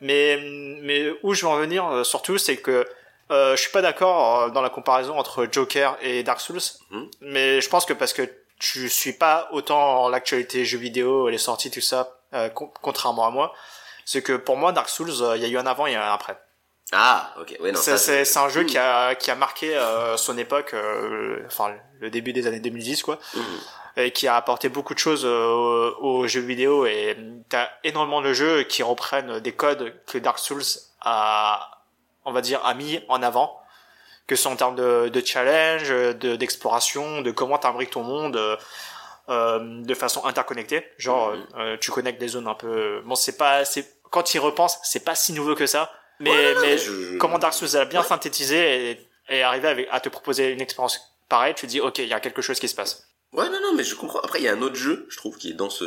Mais, mais où je veux en venir euh, surtout, c'est que euh, je suis pas d'accord euh, dans la comparaison entre Joker et Dark Souls,
Mhm.
mais je pense que parce que tu suis pas autant l'actualité jeux vidéo, les sorties, tout ça, euh, con- contrairement à moi, c'est que pour moi Dark Souls, euh, il y a eu un avant et un après.
Ah, ok, ouais, non,
C'est-
ça,
C'est c'est un jeu
Mhm.
qui a, qui a marqué euh, son époque, euh, enfin le début des années 2010 quoi,
Mhm.
et qui a apporté beaucoup de choses euh, aux jeux vidéo et hum, t'as énormément de jeux qui reprennent des codes que Dark Souls a, on va dire, a mis en avant, que ce soit en termes de, de challenge, de- d'exploration, de, comment t'imbriques ton monde. euh, euh, de façon interconnectée, genre
Mhm.
euh, tu connectes des zones un peu. Bon, c'est pas, c'est quand ils repensent, c'est pas si nouveau que ça. Mais mais
je-
comment Dark Souls a bien
Ouais.
synthétisé et, et arrivé avec- à te proposer une expérience pareille, tu te dis ok, il y a quelque chose qui se passe.
Ouais, non, non, mais je comprends. Après, il y a un autre jeu, je trouve, qui est dans ce...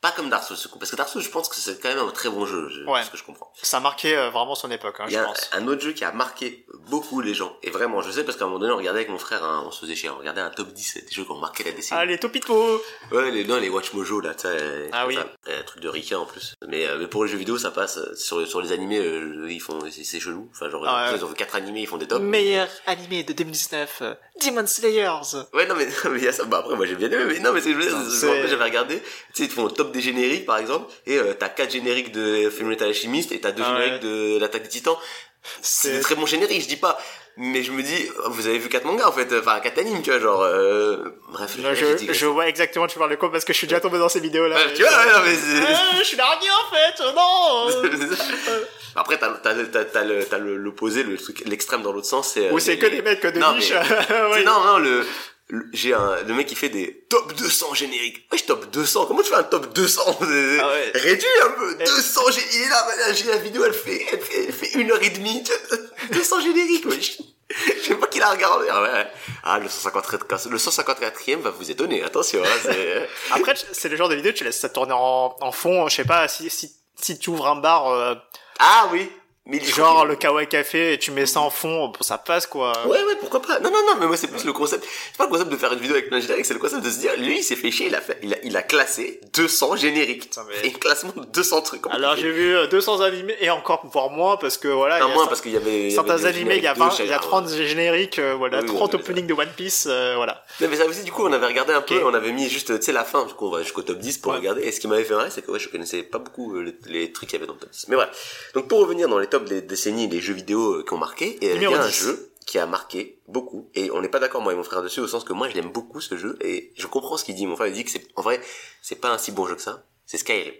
Pas comme Dark Souls, ce coup. Parce que Dark Souls, je pense que c'est quand même un très bon jeu, je...
Ouais.
ce que je comprends.
Ça a marqué euh, vraiment son époque, hein,
Il y
je
a
pense.
un autre jeu qui a marqué beaucoup les gens. Et vraiment, je sais parce qu'à un moment donné, on regardait avec mon frère, hein, on se faisait chier, on regardait un top 10 des jeux qui ont marqué la décennie.
Allez, Topipo
Ouais, les, non, les Watch Mojo, là, tu sais, euh,
Ah oui.
ça, euh, truc de Rika en plus. Mais, euh, mais pour les jeux vidéo, ça passe. euh, Sur, sur les animés, euh, ils font, c'est, c'est chelou. Enfin, genre,
Ah ouais.
ils ont fait 4 animés, ils font des tops.
Meilleur animé de 2019, euh, Demon Slayers
Ouais, non, mais, mais il y a ça. Bah, après, moi, j'ai bien aimé. Mais non, mais c'est, je veux dire,
Non,
je me
c'est-
rappelle, j'avais regardé. Tu sais, ils te font le top des génériques, par exemple. Et, euh, t'as 4 génériques de Fullmetal Alchemist et t'as 2
Ah ouais.
génériques de l'attaque des titans. C'est des très bon générique, je dis pas. Mais je me dis, oh, vous avez vu quatre mangas en fait, enfin quatre animes, tu vois, genre. Euh... Bref,
Là,
j'ai
Bah, je,
dit-
je vois exactement tu parles de quoi parce que je suis déjà tombé dans ces vidéos là.
Bref, Bah, tu vois, ouais, non, mais c'est-
je suis largué en fait, euh, non euh.
c'est ça. Après, t'as t'as- t'as- t'as le- t'as le- l'opposé, le truc, l'extrême dans l'autre sens, c'est. euh,
Ou c'est
les-
que des mecs que de
Non, mais-
niche.
C'est-
ouais.
Non, non, le. le- J'ai un, le mec qui fait des top 200 génériques. Wesh, top 200. Comment tu fais un top 200?
Ah ouais. Eh.
Réduis un peu. 200 génériques. Il est là, voilà, j'ai la vidéo, elle fait, elle fait, elle fait une heure et demie. 200 génériques, wesh. Je sais pas qui l'a regardé. Ah, ouais. ah le 154, le 154e va vous étonner. Attention, hein, c'est,
Après, tu- c'est le genre de vidéo, tu laisses ça tourner en, en fond, je sais pas, si, si, si tu ouvres un bar. euh,
ah oui. Mais il-
Genre le kawaii café, et tu mets ça en fond, bon, ça passe quoi.
Ah Ouais, ouais, pourquoi pas. Non, non, non, mais moi, c'est plus le concept. C'est pas le concept de faire une vidéo avec plein de génériques, c'est le concept de se dire, lui, il s'est fait chier, il a, fait- il a, il a classé 200 génériques.
Putain, mais-
Et un classement de 200 trucs. Comment
Alors
tu
j'ai vu euh, 200 animés et encore voire moins parce que voilà.
fais
il
Un
y a
moins,
cent-
parce qu'il y avait. il y avait
Certains
des
animés, il y a
génériques,
20, il
deux
y a
génériques.
30 génériques, euh, voilà,
Oui, oui,
30
oui, oui,
openings de One Piece, euh, voilà.
Non, mais ça aussi, du coup, on avait regardé un peu,
Ok.
on avait mis juste, tu sais, la fin, du coup, on va jusqu'au top 10 pour
Ouais.
regarder. Et ce qui m'avait fait rire, c'est que, ouais, je connaissais pas beaucoup euh, les, les trucs qu'il y avait dans le top 10. Mais voilà. Donc, pour revenir dans les tops des décennies, les jeux vidéo euh, qui ont marqué, et il y
Numéro
a un
10.
jeu qui a marqué beaucoup. Et on n'est pas d'accord, moi et mon frère, dessus, au sens que moi, je l'aime beaucoup, ce jeu. Et je comprends ce qu'il dit. Mon frère, il dit que c'est, en vrai, c'est pas un si bon jeu que ça. C'est Skyrim.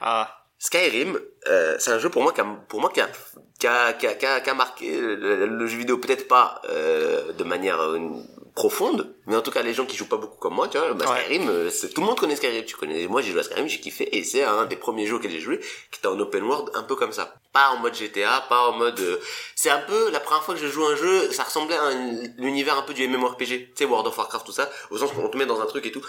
Ah,
Skyrim, euh, c'est un jeu pour moi qui a, pour moi qui a, qui a, qui a, qui a- qui a marqué le, le jeu vidéo, peut-être pas euh, de manière euh, profonde, mais en tout cas les gens qui jouent pas beaucoup comme moi, tu vois, bah,
Ouais.
Skyrim, euh, c'est- tout le monde connaît Skyrim, tu connais, moi j'ai joué à Skyrim, j'ai kiffé, et c'est un des premiers jeux auxquels j'ai joué, qui était en open world, un peu comme ça. Pas en mode GTA, pas en mode... euh, c'est un peu la première fois que je joue à un jeu, ça ressemblait à un- l'univers un peu du MMORPG, tu sais, World of Warcraft, tout ça, au sens qu'on te met dans un truc et tout.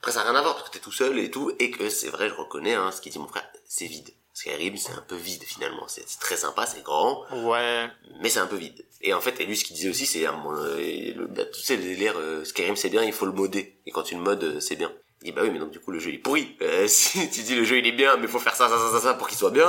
Après, ça n'a rien à voir parce que t'es tout seul et tout, et que c'est vrai, je reconnais hein, ce qu'il dit mon frère, c'est vide. Skyrim, c'est un peu vide finalement. C'est c'est très sympa, c'est grand,
ouais.
mais c'est un peu vide. Et en fait, et lui, ce qu'il disait aussi, c'est, un mo- euh, le- bah, tu sais, l'air euh, Skyrim, c'est bien, il faut le modder. Et quand tu le modes, euh, c'est bien. Il dit, bah oui, mais donc du coup, le jeu il est pourri. Euh, si tu dis le jeu il est bien, mais faut faire ça, ça, ça, ça, ça pour qu'il soit bien,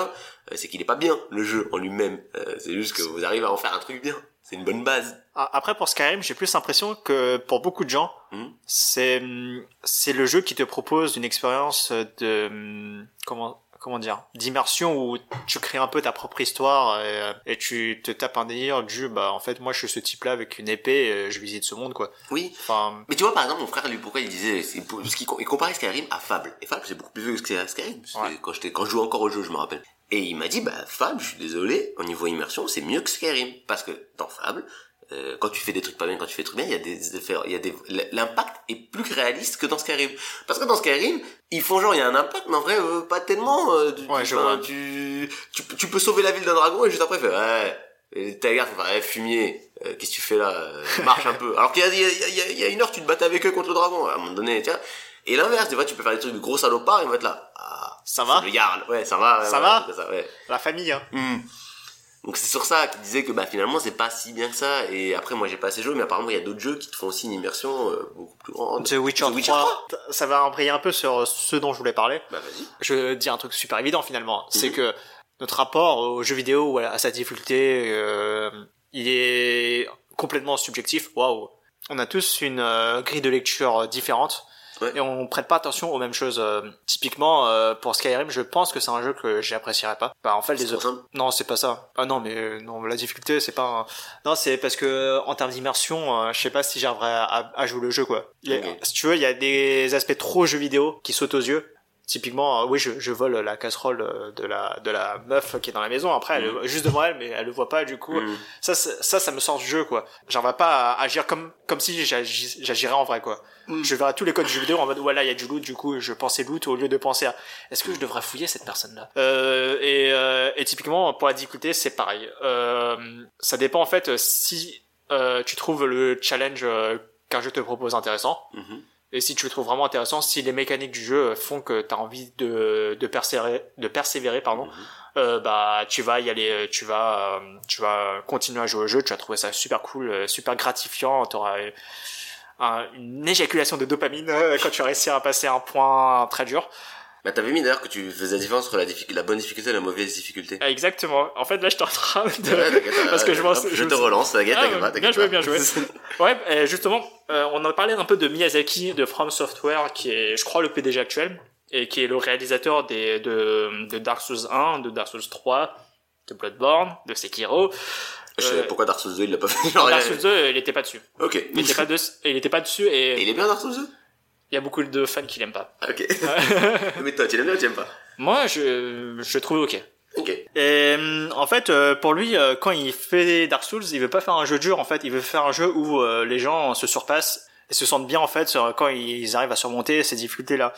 euh, c'est qu'il est pas bien, le jeu en lui-même. Euh, c'est juste que vous arrivez à en faire un truc bien. C'est une bonne base.
Ah, Après, pour Skyrim, j'ai plus l'impression que pour beaucoup de gens,
Mhm.
c'est hum, c'est le jeu qui te propose une expérience de hum, comment comment dire d'immersion où tu crées un peu ta propre histoire et, euh, et tu te tapes un délire du bah en fait moi je suis ce type là avec une épée et je visite ce monde quoi.
Oui,
Enfin
Mais tu vois, par exemple, mon frère, lui, pourquoi il disait, c'est pour- parce qu'il co- il comparait Skyrim à Fable. Et Fable, c'est beaucoup plus vieux que Sky- Skyrim. C'est
Ouais.
Quand j'étais, quand je jouais encore au jeu, je me rappelle. Et il m'a dit, bah, Fable, je suis désolé, au niveau immersion, c'est mieux que Skyrim. Parce que, dans Fable, euh, quand tu fais des trucs pas bien, quand tu fais des trucs bien, il y a des effets, il y a des, l'impact est plus réaliste que dans Skyrim. Parce que dans Skyrim, ils font genre, il y a un impact, mais en vrai, euh, pas tellement, euh, du-
Ouais, je
enfin,
vois.
tu, tu, tu peux sauver la ville d'un dragon et juste après, il fait, ouais, et t'as l'air, enfin, ouais, fumier, euh, qu'est-ce que tu fais là euh, Marche un peu. Alors qu'il y a, il y, a, il y a- il y a une heure, tu te battais avec eux contre le dragon, à un moment donné, tiens. Et l'inverse, tu vois, tu peux faire des trucs de gros salopards et on va être là. Ah,
ça va
c'est le Jarl. Ouais, ça va. ouais,
Ça
ouais,
va
c'est ça, ouais.
la famille hein.
Hmm. Donc c'est sur ça qu'il disait que bah, finalement c'est pas si bien que ça. Et après moi j'ai pas assez joué, mais apparemment il y a d'autres jeux qui te font aussi une immersion euh, beaucoup plus grande.
The Witcher,
The Witcher
3, ça va embrayer un peu sur ce dont je voulais parler.
Bah vas-y.
je dis un truc super évident finalement, c'est
Mhm.
que notre rapport aux jeux vidéo ou à à sa difficulté, euh, il est complètement subjectif. Waouh, on a tous une euh, grille de lecture euh, différente
Ouais.
et on prête pas attention aux mêmes choses. Euh, typiquement euh, pour Skyrim, je pense que c'est un jeu que j'apprécierais pas. Bah en fait les
C'est
autres.
simple.
Non, c'est pas ça. Ah non, mais euh, non, la difficulté, c'est pas. un- Non, c'est parce que euh, en termes d'immersion, euh, je sais pas si j'arriverai à, à- à jouer le jeu quoi. Il y a-
Ok.
Si tu veux, il y a des aspects trop jeux vidéo qui sautent aux yeux. Typiquement, euh, oui, je, je vole la casserole euh, de la de la meuf qui est dans la maison. Après, elle,
Mhm.
juste devant elle, mais elle le voit pas. Du coup,
Hmm.
ça, c'est- ça, ça me sort du jeu quoi. J'arriverai pas à agir comme comme si j'agi- j'agirais en vrai quoi.
Mhm.
Je verrai tous les codes du jeu vidéo en mode voilà, il y a du loot. Du coup, je pensais loot au lieu de penser à est-ce que je devrais fouiller cette personne-là Euh, et, euh, et typiquement, pour la difficulté, c'est pareil. Euh, ça dépend en fait si euh, tu trouves le challenge euh, qu'un jeu te propose intéressant,
Mhm.
et si tu le trouves vraiment intéressant, si les mécaniques du jeu font que tu as envie de, de persévérer, de persévérer pardon,
Mhm.
euh, bah tu vas y aller, euh, tu vas, euh, tu vas continuer à jouer au jeu, tu vas trouver ça super cool, euh, super gratifiant, tu auras une éjaculation de dopamine euh, quand tu vas réussir à passer un point très dur.
Bah t'avais mis d'ailleurs que tu faisais la différence entre la, difficulté, la bonne difficulté et la mauvaise difficulté.
Ah, Exactement. En fait, là, je suis en train
Ouais,
de.
t'inquiète,
Parce que je
hop,
pense-
je
je
te
me-
relance, t'inquiète,
Ah,
t'inquiète
bien
pas, t'inquiète
joué,
pas.
bien joué. Ouais, euh, justement, euh, on a parlé un peu de Miyazaki, de From Software, qui est, je crois, le PDG actuel, et qui est le réalisateur des, de, de Dark Souls 1, de Dark Souls 3, de Bloodborne, de Sekiro.
Je sais
Euh,
pourquoi Dark Souls 2 il l'a pas fait.
Dans
Genre,
Dark
il a-
Souls 2, il était pas dessus.
Ok.
Il était pas, de, il était pas dessus,
Et
et
il est bien Dark Souls 2
il y a beaucoup de fans qui l'aiment pas.
Ah, Ok. Mais toi, tu l'aimes bien ou tu l'aimes pas
Moi, je, je le trouve ok.
Ok.
Et hum, en fait, euh, pour lui, euh, quand il fait Dark Souls, il veut pas faire un jeu dur. En fait, il veut faire un jeu où euh, les gens se surpassent et
euh,
se sentent bien en fait sur- quand ils arrivent à surmonter ces difficultés-là.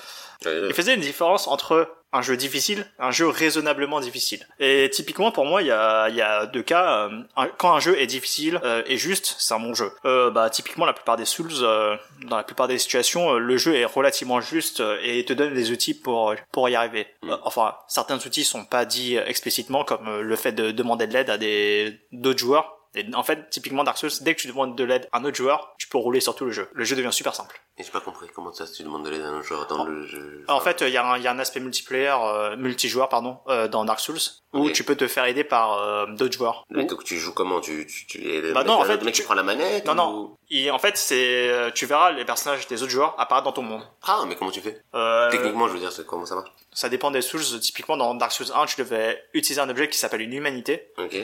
Il faisait une différence entre un jeu difficile, un jeu raisonnablement difficile. Et typiquement pour moi, il y a, il y a deux cas. euh, un- quand un jeu est difficile euh, et juste, c'est un bon jeu. Euh, bah typiquement la plupart des Souls, euh, dans la plupart des situations, euh, le jeu est relativement juste euh, et te donne des outils pour pour y arriver.
Mm.
Euh, enfin, certains outils sont pas dits euh, explicitement, comme euh, le fait de demander de l'aide à des d'autres joueurs. Et en fait, typiquement Dark Souls, dès que tu demandes de l'aide à un autre joueur, tu peux rouler sur tout le jeu. Le jeu devient super simple.
Et j'ai pas compris comment ça, si tu demandes de l'aide à un joueur dans le jeu.
En fait, il y, a un- y a un aspect multiplayer, euh, multijoueur, pardon, euh, dans Dark Souls, où
Ok. Mmh.
tu peux te faire aider par euh, d'autres joueurs.
Mais donc tu joues comment tu, tu, tu, les-
Bah
le
non,
mec-
en
euh,
fait,
le mec qui
tu-
prend la manette
Non,
ou-
non. Et en fait, c'est, euh, tu verras les personnages des autres joueurs apparaître dans ton monde.
Ah, mais comment tu fais
Euh,
Techniquement, je veux dire, c'est comment ça marche
ça dépend des Souls. Typiquement, dans Dark Souls 1, tu devais utiliser un objet qui s'appelle une humanité.
Ok.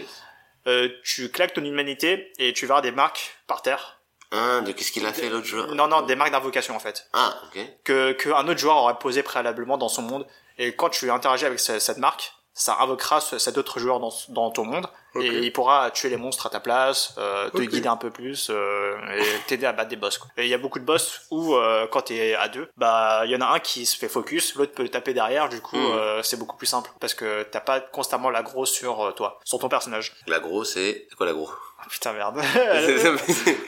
Euh, tu claques ton humanité et tu verras des marques par terre.
Hein, de qu'est-ce qu'il a fait l'autre joueur
Non, non, des marques d'invocation en fait.
Ah, ok.
que qu'un autre joueur aurait posé préalablement dans son monde. Et quand tu interagis avec ce- cette marque, ça invoquera ce- cet autre joueur dans, dans ton monde
Ok.
et il pourra tuer les monstres à ta place, euh, te
Ok.
guider un peu plus euh, et t'aider à battre des boss. Quoi. Et il y a beaucoup de boss où euh, quand t'es à deux, bah il y en a un qui se fait focus, l'autre peut le taper derrière. Du coup,
Mhm.
euh, c'est beaucoup plus simple parce que t'as pas constamment l'aggro sur euh, toi, sur ton personnage.
L'agro, c'est. C'est quoi l'agro
Oh, putain merde.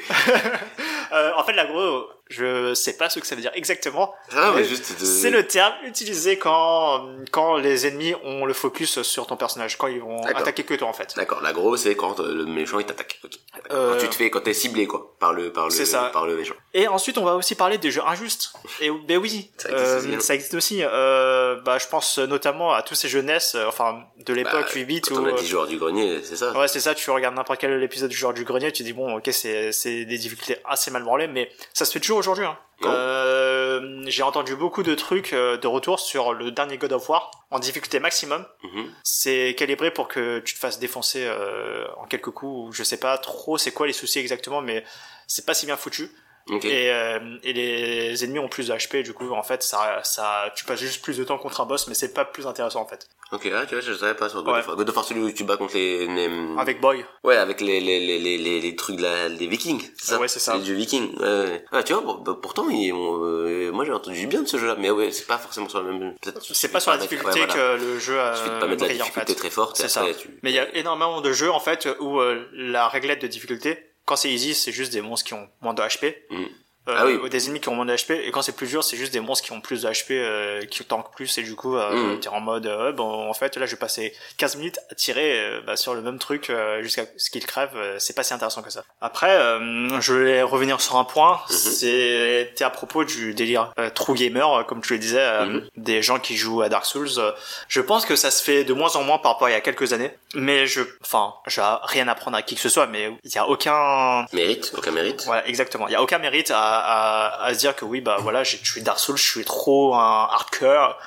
Ah,
Euh, en fait, l'aggro, je sais pas ce que ça veut dire exactement,
mais juste. de-
C'est le terme utilisé quand, quand les ennemis ont le focus sur ton personnage, quand ils vont
D'accord.
attaquer que toi en fait.
D'accord, l'agro, c'est quand euh, le méchant il t'attaque. Ok. D'accord.
Euh,
Quand tu te fais, quand t'es ciblé, quoi, par le, par
C'est
le,
ça.
par le méchant.
Et ensuite, on va aussi parler des jeux injustes. Et ben oui,
Ça existe
euh,
aussi, hein.
ça existe aussi. Euh, bah, je pense notamment à tous ces jeunesses, euh, enfin de l'époque 8 bits
Bah, Quand
où.
on
euh,
a 10 joueurs du grenier, c'est ça.
Ouais, c'est ça, tu regardes n'importe quel épisode du genre du grenier, tu dis bon, ok, c'est c'est des difficultés assez mal branlées, mais ça se fait toujours aujourd'hui. Hein.
Oh.
Euh, J'ai entendu beaucoup de trucs euh, de retour sur le dernier God of War en difficulté maximum.
Mhm.
C'est calibré pour que tu te fasses défoncer euh, en quelques coups. ou Je sais pas trop c'est quoi les soucis exactement, mais c'est pas si bien foutu.
Ok.
Et, euh, et les ennemis ont plus de HP, du coup, en fait, ça, ça, tu passes juste plus de temps contre un boss, mais c'est pas plus intéressant en fait.
Ok, ah, tu vois, je savais pas sur God
Ouais.
of War. God of War, celui où tu bats contre les, les-
Avec Boy,
Ouais, avec les, les, les, les, les, les trucs de la- des vikings, c'est ça
Ouais, c'est ça.
Les dieux vikings, ouais, ouais. Ah, tu vois, pour- bah, pourtant, ils ont, euh, moi j'ai entendu du bien de ce jeu-là, mais ouais, c'est pas forcément sur la même... peut-être tu
c'est
fais
pas sur la
mettre-
difficulté
ouais, voilà.
que le jeu a.
Il suffit de pas mettre la
brille, en fait.
difficulté très forte, et
C'est ça.
après, tu...
Mais il y a énormément de jeux en fait où euh, la réglette de difficulté, quand c'est easy, c'est juste des monstres qui ont moins de HP.
Mm.
Euh,
Ah oui.
ou des ennemis qui ont moins de HP et quand c'est plus dur c'est juste des monstres qui ont plus de HP euh, qui tankent plus et du coup euh,
Mm.
t'es en mode euh, bon en fait là je vais passer 15 minutes à tirer euh, bah, sur le même truc euh, jusqu'à ce qu'il crève euh, c'est pas si intéressant que ça après euh, je voulais revenir sur un point c'était à propos du délire euh, true gamer euh, comme tu le disais euh,
Mhm.
des gens qui jouent à Dark Souls euh, je pense que ça se fait de moins en moins par rapport à il y a quelques années mais je enfin j'ai rien à prendre à qui que ce soit mais il y a aucun
Mérite, aucun mérite.
voilà, exactement. Il y a aucun mérite à, à, à se dire que oui, bah voilà, j'ai- je suis Dark Souls, je suis trop un hardcore.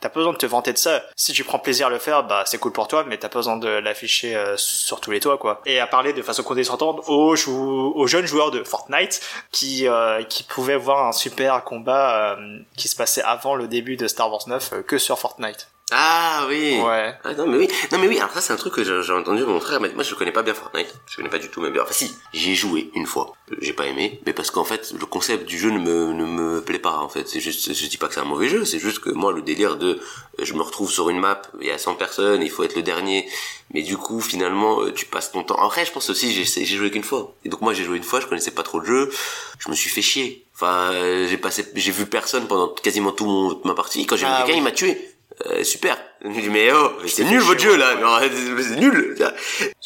T'as pas besoin de te vanter de ça. Si tu prends plaisir à le faire, bah c'est cool pour toi, mais t'as pas besoin de l'afficher euh, sur tous les toits, quoi. Et à parler de façon condescendante aux, jou- aux jeunes joueurs de Fortnite qui euh, qui pouvaient voir un super combat euh, qui se passait avant le début de Star Wars 9 euh, que sur Fortnite.
Ah oui
Ouais.
Ah non mais oui, non mais oui, alors ça c'est un truc que j'ai j'ai entendu de mon frère, mais moi je connais pas bien Fortnite, je connais pas du tout même bien, enfin si, j'y ai joué une fois, Euh, j'ai pas aimé, mais parce qu'en fait le concept du jeu ne me, ne me plaît pas en fait, c'est juste, je dis pas que c'est un mauvais jeu, c'est juste que moi le délire de euh, je me retrouve sur une map, il y a 100 personnes, il faut être le dernier, mais du coup finalement euh, tu passes ton temps, après je pense aussi j'ai j'ai joué qu'une fois, et donc moi j'ai joué une fois, je connaissais pas trop le jeu, je me suis fait chier, enfin euh, j'ai passé, j'ai vu personne pendant quasiment tout mon, toute ma partie, quand j'ai
Ah
vu quelqu'un
oui.
il m'a tué, euh, super. Je lui dis, mais oh, mais c'est
t'es
nul
fait
votre
chier,
jeu là,
ouais.
Non, c'est c'est nul.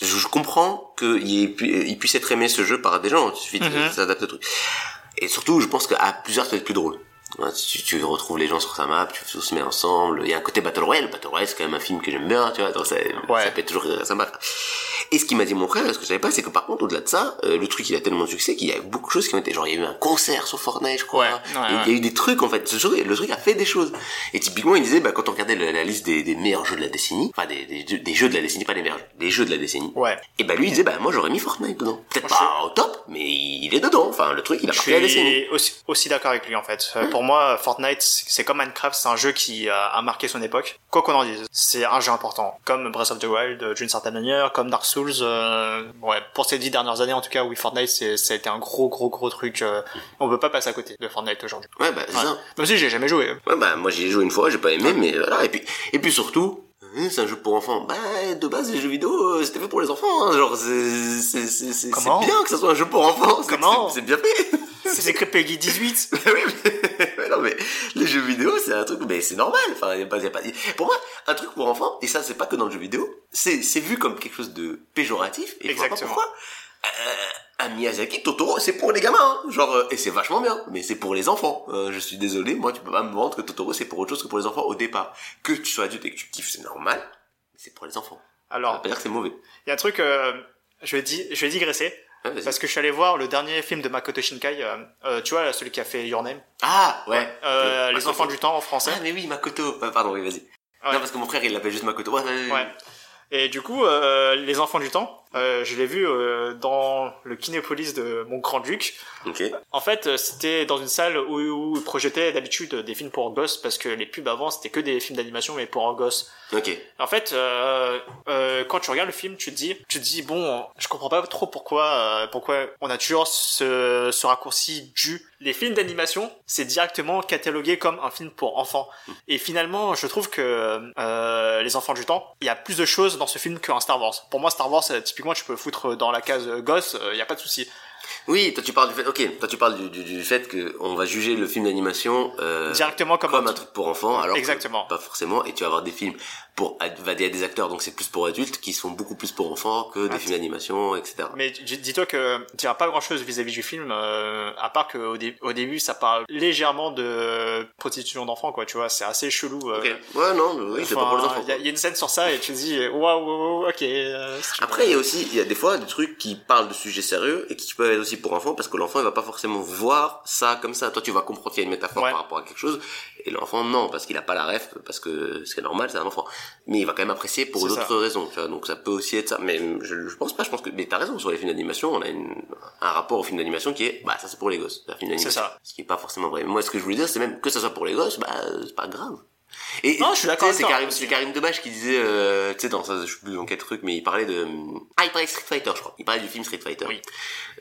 Je, je comprends qu'il puisse être aimé ce jeu par des gens, il suffit de
Mhm.
s'adapter au truc. Et surtout, je pense qu'à plusieurs, ça va être plus drôle. Ouais, Tu, tu retrouves les gens sur sa map, tu tous se met ensemble. Il y a un côté Battle Royale. Battle Royale, c'est quand même un film que j'aime bien, tu vois. donc ça,
Ouais.
ça fait toujours rire à sa map. Et ce qu'il m'a dit mon frère, ce que je savais pas, c'est que par contre, au-delà de ça, euh, le truc, il a tellement de succès qu'il y a beaucoup de choses qui ont été. Genre, il y a eu un concert sur Fortnite, je crois.
Ouais, ouais,
Et
ouais.
Il y a eu des trucs, en fait. Ce jeu- le truc a fait des choses. Et typiquement, il disait, bah, quand on regardait la, la liste des, des meilleurs jeux de la décennie, enfin, des, des, des jeux de la décennie, pas des meilleurs jeux, des jeux de la décennie,
Ouais.
et bah, lui, il disait, bah, moi, j'aurais mis Fortnite dedans. Peut-être
Moi, je-
pas au top, mais il est dedans. Enfin, le truc, il a
Ah, Je
marqué la décennie.
suis aussi, aussi d'accord avec lui en fait. Euh, Pour moi, Fortnite, c'est c'est comme Minecraft, c'est un jeu qui euh, a marqué son époque. Quoi qu'on en dise, c'est un jeu important. Comme Breath of the Wild euh, d'une certaine manière, comme Dark Souls, Souls, euh, ouais, pour ces dix dernières années en tout cas, oui, Fortnite, c'est, ça a été un gros, gros, gros truc. euh, on peut pas passer à côté de Fortnite aujourd'hui.
Ouais, bah, c'est
Ouais.
ça.
Même si j'ai jamais joué. hein.
Ouais, bah, moi, j'y ai joué une fois, j'ai pas aimé, mais voilà. Et puis, et puis surtout, hein, c'est un jeu pour enfants. Bah, de base, les jeux vidéo, euh, c'était fait pour les enfants. hein. Genre, c'est, c'est, c'est, c'est-
Comment
c'est bien que ça soit un jeu pour enfants. C'est-
Comment
c'est, c'est bien fait.
C'est que Peggy 18.
Bah oui, mais, mais non, mais les jeux vidéo, c'est un truc, mais c'est normal. Enfin, y a pas, y a pas, pour moi, un truc pour enfants, et ça, c'est pas que dans le jeu vidéo, c'est, c'est vu comme quelque chose de péjoratif, et je vois pas
Exactement.
pourquoi. Euh, un Miyazaki, Totoro, c'est pour les gamins, hein. genre, euh, et c'est vachement bien, mais c'est pour les enfants. Euh, je suis désolé, moi, tu peux pas me vendre que Totoro, c'est pour autre chose que pour les enfants au départ. Que tu sois adulte et que tu kiffes, c'est normal, mais c'est pour les enfants. Ça veut
Alors,
pas dire que c'est mauvais.
il y a un truc, euh, je vais di- je vais digresser.
Ouais, vas-y.
Parce que je suis allé voir le dernier film de Makoto Shinkai, euh, euh, tu vois, celui qui a fait Your Name,
Ah, ouais.
euh,
Ok,
Les
Makoto.
Enfants du Temps en français.
Ah, mais oui, Makoto. Ah, pardon, oui, vas-y.
Ouais.
Non, parce que mon frère, il l'appelle juste Makoto. Ouais, ouais, ouais.
Ouais. Et du coup, euh, Les Enfants du Temps, euh, je l'ai vu euh, dans le Kinépolis de mon grand-duc.
Ok.
En fait, euh, c'était dans une salle où, où ils projetaient d'habitude des films pour gosses, parce que les pubs avant, c'était que des films d'animation, mais pour gosses.
Ok.
En fait, euh, euh, quand tu regardes le film, tu te dis, tu te dis bon, je comprends pas trop pourquoi, euh, pourquoi on a toujours ce, ce raccourci du. Les films d'animation, c'est directement catalogué comme un film pour enfants. Et finalement, je trouve que euh, les enfants du temps, il y a plus de choses dans ce film qu'un Star Wars. Pour moi, Star Wars, euh, typiquement, tu peux le foutre dans la case euh, gosse, il y a pas de souci.
Oui, toi tu parles du fait. Ok, toi tu parles du, du, du fait que on va juger le film d'animation euh,
Directement comme,
comme un truc pour enfants, alors que
Exactement.
pas forcément. Et tu vas avoir des films pour ad- va dire à des acteurs, donc c'est plus pour adultes, qui sont beaucoup plus pour enfants que des
Ah,
films d'animation, etc.
Mais dis- dis-toi que tu diras pas grand-chose vis-à-vis du film, euh, à part qu'au dé- au début, ça parle légèrement de prostitution d'enfants, quoi, tu vois, c'est assez chelou. euh.
Ok. Ouais, non, mais oui, c'est pas pour les
Enfin,
enfants.
Il y a- il y, a une scène sur ça et tu te dis, waouh, waouh, ok. euh, c'est-
Après, il y a aussi, il y a des fois des trucs qui parlent de sujets sérieux et qui peuvent être aussi pour enfants parce que l'enfant il va pas forcément voir ça comme ça. Toi, tu vas comprendre qu'il y a une métaphore
Ouais.
par rapport à quelque chose et l'enfant non parce qu'il a pas la ref parce que c'est normal, c'est un enfant. Mais il va quand même apprécier pour
C'est ça.
d'autres raisons. tu vois. Donc ça peut aussi être ça. Mais je, je pense pas. Je pense que mais t'as raison sur les films d'animation. On a une- un rapport aux films d'animation qui est bah ça c'est pour les gosses. la film d'animation.
C'est ça.
Ce qui est pas forcément vrai. Mais moi, ce que je voulais dire, c'est même que ça soit pour les gosses, bah c'est pas grave. Et
Non, je suis d'accord
tu
avec
sais, C'est
toi.
Karim, c'est Karim Debache qui disait, euh, tu sais, dans ça, je sais plus dans quel truc, mais il parlait de, ah, il parlait de Street Fighter, je crois. Il parlait du film Street Fighter.
Oui.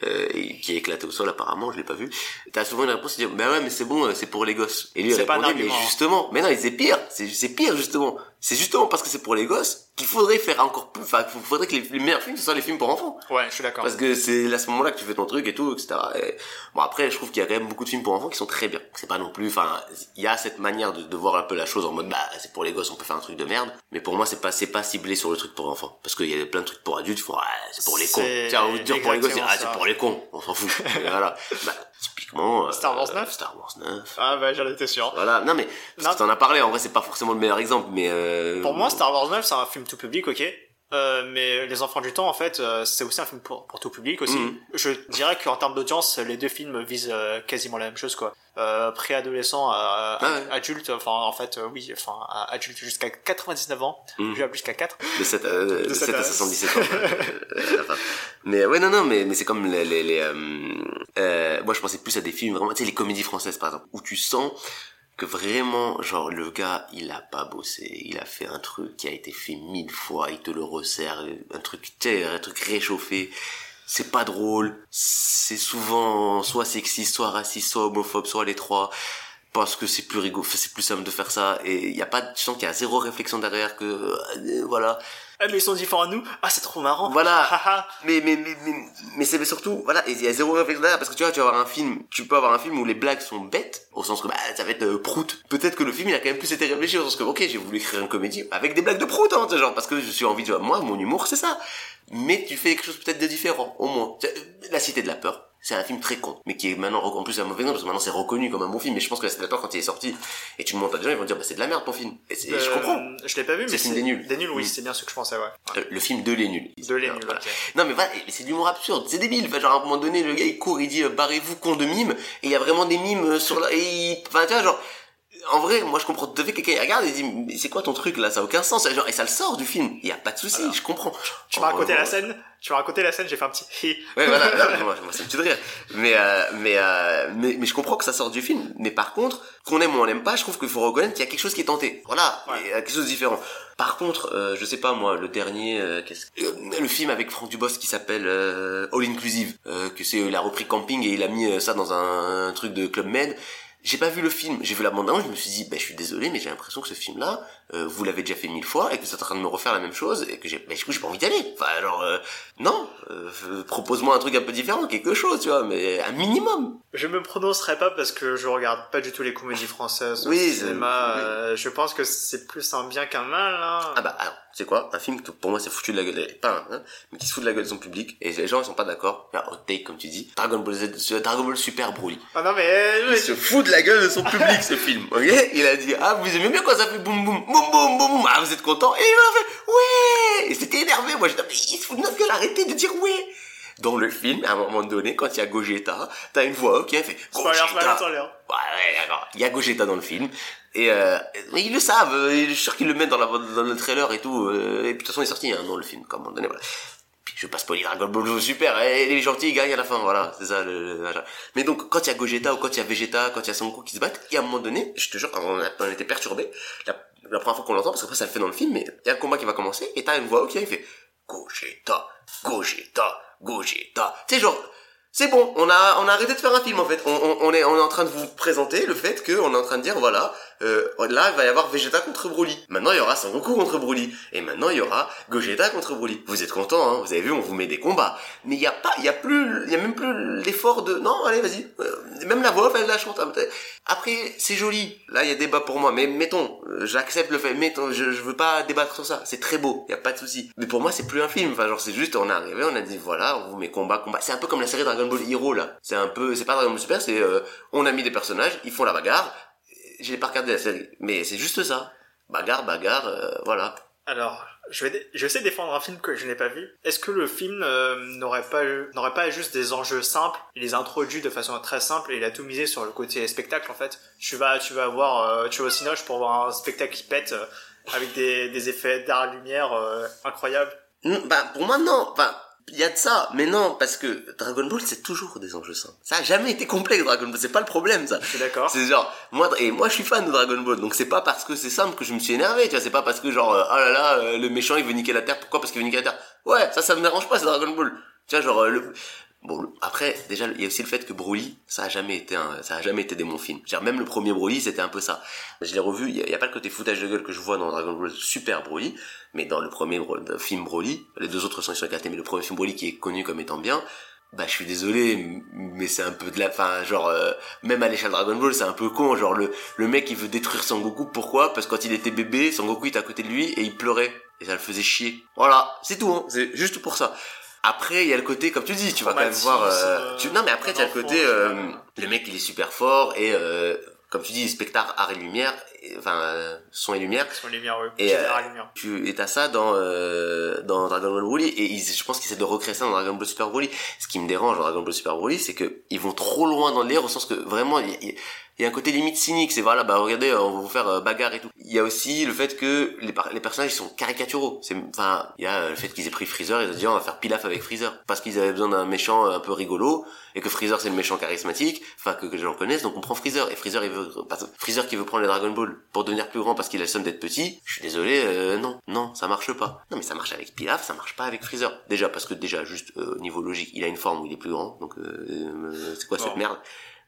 Euh, et- qui est éclaté au sol, apparemment, je l'ai pas vu. T'as souvent une réponse, il dit, bah ouais, mais c'est bon, euh, c'est pour les gosses. Et lui, il
C'est pas un
répondait, mais
argument.
justement, mais non, il disait pire, c'est, c'est pire, justement. C'est justement parce que c'est pour les gosses qu'il faudrait faire encore plus, enfin, qu'il faudrait que les, les meilleurs films, ce soient les films pour enfants.
Ouais, je suis d'accord.
Parce que c'est à ce moment-là que tu fais ton truc et tout, etc. Et bon, après, je trouve qu'il y a quand même beaucoup de films pour enfants qui sont très bien. C'est pas non plus, enfin, il y a cette manière de, de voir un peu la chose en mode, bah, c'est pour les gosses, on peut faire un truc de merde. Mais pour moi, c'est pas, c'est pas ciblé sur le truc pour enfants. Parce qu'il y a plein de trucs pour adultes, ils font, ah, c'est pour les cons.
C'est
Tiens, on va dire pour les gosses,
exactement
ah,
ça.
c'est pour les cons. On s'en fout. Et voilà. Bah, typiquement. euh,
Star Wars 9?
Star Wars 9.
Ah bah j'en étais sûr.
Voilà. Non, mais, parce
Non.
que t'en as parlé, en vrai, c'est pas forcément le meilleur exemple, mais euh,
Pour moi, Star Wars 9, c'est un film tout public, ok. Euh, mais Les Enfants du Temps, en fait, euh, c'est aussi un film pour, pour tout public aussi.
Mhm.
Je dirais qu'en termes d'audience, les deux films visent euh, quasiment la même chose, quoi. Euh, Préadolescent à
Ah ouais.
adulte, enfin, en fait, euh, oui, enfin, à adulte jusqu'à 99 ans,
Mhm.
plus à plus qu'à 4.
De 7 à, euh, de
sept
7 à
à-
77 ans. euh, à la fin. mais ouais, non, non, mais, mais c'est comme les... les, les, euh, euh, moi, je pensais plus à des films vraiment... Tu sais, les comédies françaises, par exemple, où tu sens que vraiment, genre, le gars, il a pas bossé. Il a fait un truc qui a été fait mille fois. Il te le resserre. Un truc, tu sais, un truc réchauffé. C'est pas drôle. C'est souvent soit sexiste, soit raciste, soit homophobe, soit les trois parce que c'est plus rigolo, c'est plus simple de faire ça et il y a pas de- je sens qu'il y a zéro réflexion derrière que euh, voilà
Ah, mais ils sont différents de nous Ah, c'est trop marrant
voilà
Ah, ah.
mais mais mais mais, mais c'est mais surtout voilà il y a zéro réflexion derrière parce que tu vois tu vas avoir un film tu peux avoir un film où les blagues sont bêtes au sens que bah ça va être euh, prout peut-être que le film il a quand même plus été réfléchi au sens que ok j'ai voulu écrire une comédie avec des blagues de prout hein, tu sais, genre parce que je suis envie de moi mon humour c'est ça mais tu fais quelque chose peut-être de différent au moins Tu sais, la cité de la peur c'est un film très con, mais qui est maintenant rec- en plus un mauvais nom parce que maintenant c'est reconnu comme un bon film. Mais je pense que La Cité de la Peur quand il est sorti et tu le montres à des gens, ils vont dire bah c'est de la merde ton film. Et c'est- je
Euh,
comprends.
Je l'ai pas vu, mais
C'est le film des nuls.
Des nuls, oui,
Mm.
c'est bien ce que je pensais, ouais.
Euh, le film de les nuls.
De les nuls,
Voilà.
ok.
Non mais voilà, c'est de l'humour absurde, c'est débile. Enfin, genre à un moment donné, le gars il court, il dit euh, barrez-vous con de mime, et il y a vraiment des mimes euh, sur la, et il... enfin tu vois genre. en vrai, moi je comprends tout à fait quelqu'un il regarde et dit mais c'est quoi ton truc là ça a aucun sens et genre et ça le sort du film. Il y a pas de souci,
Alors,
je comprends.
Tu m'as
En
raconté
revanche-
la scène, tu m'as raconté la scène, j'ai fait un petit hi.
Ouais voilà, non, moi, moi, c'est un petit rire. Mais euh, mais, euh, mais mais je comprends que ça sort du film. Mais par contre, qu'on aime ou on n'aime pas, je trouve qu'il faut reconnaître qu'il y a quelque chose qui est tenté. Voilà,
Ouais.
il y a quelque chose de différent. Par contre, euh, je sais pas moi, le dernier, euh, qu'est-ce que- euh, le film avec Franck Dubos qui s'appelle euh, All Inclusive, euh, que c'est il a repris Camping et il a mis euh, ça dans un, un truc de Club Med. J'ai pas vu le film, j'ai vu la bande annonce, je me suis dit, ben je suis désolé, mais j'ai l'impression que ce film-là, euh, vous l'avez déjà fait mille fois et que vous êtes en train de me refaire la même chose et que j'ai, ben du coup j'ai pas envie d'y aller. Enfin alors, euh, non, euh, f- propose-moi un truc un peu différent, quelque chose, tu vois, mais un minimum.
Je me prononcerai pas parce que je regarde pas du tout les comédies françaises.
Oui,
le
c'est-
cinéma,
oui.
euh, je pense que c'est plus un bien qu'un mal. Hein.
Ah bah alors, c'est quoi Un film que pour moi c'est foutu de la gueule, pas un, hein, mais qui se fout de la gueule de son public et les gens ils sont pas d'accord. Là, hot take comme tu dis, Dragon Ball Z, euh, Dragon Ball Super Broly.
Ah non mais,
Il se fout de la gueule de son public ce film, ok Il a dit ah vous aimez bien quand ça fait boum boum boum boum boum ah vous êtes content et il a fait ouais et c'était énervé moi j'étais mais il se fout de notre gueule arrêtez de dire ouais dans le film à un moment donné quand il y a Gogeta t'as une voix ok elle fait
spoiler, spoiler,
Gogeta
spoiler.
Ouais, ouais, d'accord. Il y a Gogeta dans le film. Et euh, mais ils le savent, euh, je suis sûr qu'ils le mettent dans, la, dans le trailer et tout. euh, et puis de toute façon, il est sorti il y a un an le film, comme on donnait, voilà. Puis je vais pas spoiler Dragon Ball Super, hein, et les gentils ils gagnent à la fin, voilà, c'est ça le, le machin. Mais donc, quand il y a Gogeta ou quand il y a Vegeta, quand il y a Son Goku qui se battent, il y a un moment donné, je te jure, on, a- on était perturbés, la, la première fois qu'on l'entend, parce qu'après ça le fait dans le film, mais il y a un combat qui va commencer, et t'as une voix qui vient, il fait Gogeta, Gogeta, Gogeta. C'est genre, c'est bon, on a, on a arrêté de faire un film en fait. On, on, on est, on est en train de vous présenter le fait qu'on est en train de dire voilà, euh, là il va y avoir Vegeta contre Broly. Maintenant il y aura Son Goku contre Broly. Et maintenant il y aura Gogeta contre Broly. Vous êtes contents, hein Vous avez vu, on vous met des combats. Mais il y a pas, il y a plus, il y a même plus l'effort de non, allez vas-y. Euh, même la voix off, elle la chante. Après c'est joli. Là il y a débat pour moi. Mais mettons, euh, j'accepte le fait. Mettons, je, je veux pas débattre sur ça. C'est très beau, il y a pas de souci. Mais pour moi c'est plus un film. Enfin genre c'est juste on est arrivé, on a dit voilà, on vous met combat, combat. C'est un peu comme la série Dragon Ball Hero là. C'est un peu, c'est pas Dragon Ball Super, c'est euh, on a mis des personnages, ils font la bagarre. J'ai pas regardé la série, mais c'est juste ça. Bagarre, bagarre, euh, voilà.
Alors, je vais, dé- je sais défendre un film que je n'ai pas vu. Est-ce que le film euh, n'aurait pas, eu- n'aurait pas juste des enjeux simples Il les a introduits de façon très simple et il a tout misé sur le côté spectacle en fait. Tu vas, tu vas voir, euh, tu vas au Cinoche pour voir un spectacle qui pète euh, avec des, des effets d'art lumière euh, incroyables.
Non, bah, pour moi, non. Enfin, il y a de ça, mais non, parce que Dragon Ball, c'est toujours des enjeux simples. Ça a jamais été complexe, Dragon Ball. C'est pas le problème, ça.
Je suis d'accord.
C'est genre, moi, et moi, je suis fan de Dragon Ball, donc c'est pas parce que c'est simple que je me suis énervé, tu vois. C'est pas parce que, genre, euh, oh là là, euh, le méchant, il veut niquer la Terre. Pourquoi Parce qu'il veut niquer la Terre. Ouais, ça, ça me dérange pas, c'est Dragon Ball. Tu vois, genre, euh, le... Bon, le- après, déjà, il y a aussi le fait que Broly, ça a jamais été un, ça a jamais été des bons films. Genre, même le premier Broly, c'était un peu ça. Je l'ai revu, il y a- il y, a pas le côté foutage de gueule que je vois dans Dragon Ball Super Broly, mais dans le premier Bro- le film Broly, les deux autres sont écartés, mais le premier film Broly qui est connu comme étant bien, bah je suis désolé, m- mais c'est un peu de la, fin, genre euh, même à l'échelle Dragon Ball, c'est un peu con, genre le le mec il veut détruire Son Goku, pourquoi Parce que quand il était bébé, Son Goku était à côté de lui et il pleurait et ça le faisait chier. Voilà, c'est tout, hein, c'est juste pour ça. Après, il y a le côté, comme tu dis, tu vas quand même
Traumatisme,
voir. euh, tu, non, mais après,
un
il y a le
enfant,
côté,
je sais
euh,
pas.
le mec, il est super fort et, euh, comme tu dis, spectacle art et lumière, et- enfin, euh, son et lumière.
Sur les lumières, oui.
Et,
C'est
euh,
l'art lumière.
Tu et t'as ça dans euh, dans Dragon Ball Broly et ils- je pense qu'ils essaient de recréer ça dans Dragon Ball Super Broly. Ce qui me dérange dans Dragon Ball Super Broly, c'est que ils vont trop loin dans le délire au sens que vraiment il y, il y a un côté limite cynique. C'est voilà, bah regardez, on va vous faire euh, bagarre et tout. Il y a aussi le fait que les, par- les personnages ils sont caricaturaux. C'est enfin il y a euh, le fait qu'ils aient pris Freezer, ils ont dit on va faire Pilaf avec Freezer parce qu'ils avaient besoin d'un méchant euh, un peu rigolo et que Freezer c'est le méchant charismatique, enfin que, que les gens connaissent, donc on prend Freezer. Et Freezer, il veut, pardon, Freezer qui veut prendre les Dragon Ball pour devenir plus grand parce qu'il a le somme d'être petit. Je suis désolé, euh, non, non, ça marche pas. Non mais ça marche avec Pilaf, ça marche pas avec Freezer. Déjà parce que déjà juste euh, au niveau logique, il a une forme où il est plus grand, donc euh, euh, c'est quoi cette
Bon.
merde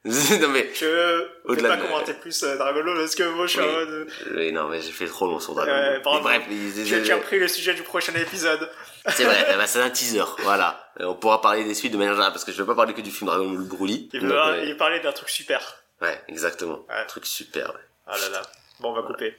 Non mais,
Je vais
au-delà
pas
de-
commenter plus euh, Dragon Ball parce que moi je suis
Oui.
en mode.
euh, non mais j'ai fait trop long sur Dragon
Ouais,
Ball.
pardon.
Mais Bref, il-
J'ai déjà pris le sujet du prochain épisode.
c'est vrai, eh ben, c'est un teaser, voilà. Euh, On pourra parler des suites de manière générale parce que je veux pas parler que du film Dragon Ball Broly.
Il,
Donc,
veut,
euh,
il parlait d'un truc super.
Ouais, exactement.
Ouais.
Un truc super. ouais.
Ah là là. Bon, on va couper.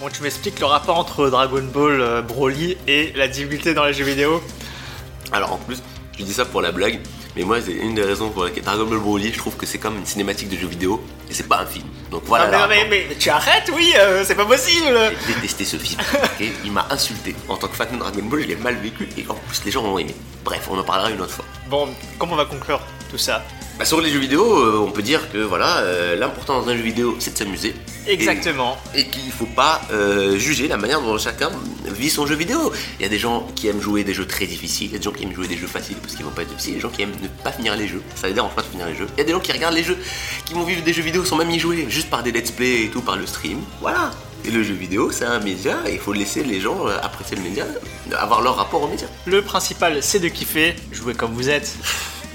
Bon, tu m'expliques le rapport entre Dragon Ball euh, Broly et la difficulté dans les jeux vidéo
Alors en plus, je dis ça pour la blague, mais moi c'est une des raisons pour laquelle Dragon Ball Broly, je trouve que c'est comme une cinématique de jeu vidéo et c'est pas un film. Donc voilà.
Ah, mais,
la
non, mais,
raison.
mais- mais tu arrêtes, oui, euh, c'est pas possible
J'ai détesté ce film. ok il m'a insulté. En tant que fan de Dragon Ball, je l'ai mal vécu et en plus les gens ont aimé. Bref, on en parlera une autre fois.
Bon, comment on va conclure tout ça
Bah, sur les jeux vidéo, euh, on peut dire que voilà, euh, l'important dans un jeu vidéo, c'est de s'amuser.
Exactement.
Et qu'il faut pas euh, juger la manière dont chacun vit son jeu vidéo. Il y a des gens qui aiment jouer des jeux très difficiles, il y a des gens qui aiment jouer des jeux faciles parce qu'ils vont pas être difficiles, il y a des gens qui aiment ne pas finir les jeux, ça les dérange pas de finir les jeux. Il y a des gens qui regardent les jeux, qui vont vivre des jeux vidéo sans même y jouer, juste par des let's play et tout, par le stream. Voilà. Et le jeu vidéo, c'est un média, et il faut laisser les gens euh, apprécier le média, euh, avoir leur rapport au média.
Le principal, c'est de kiffer, jouer comme vous êtes.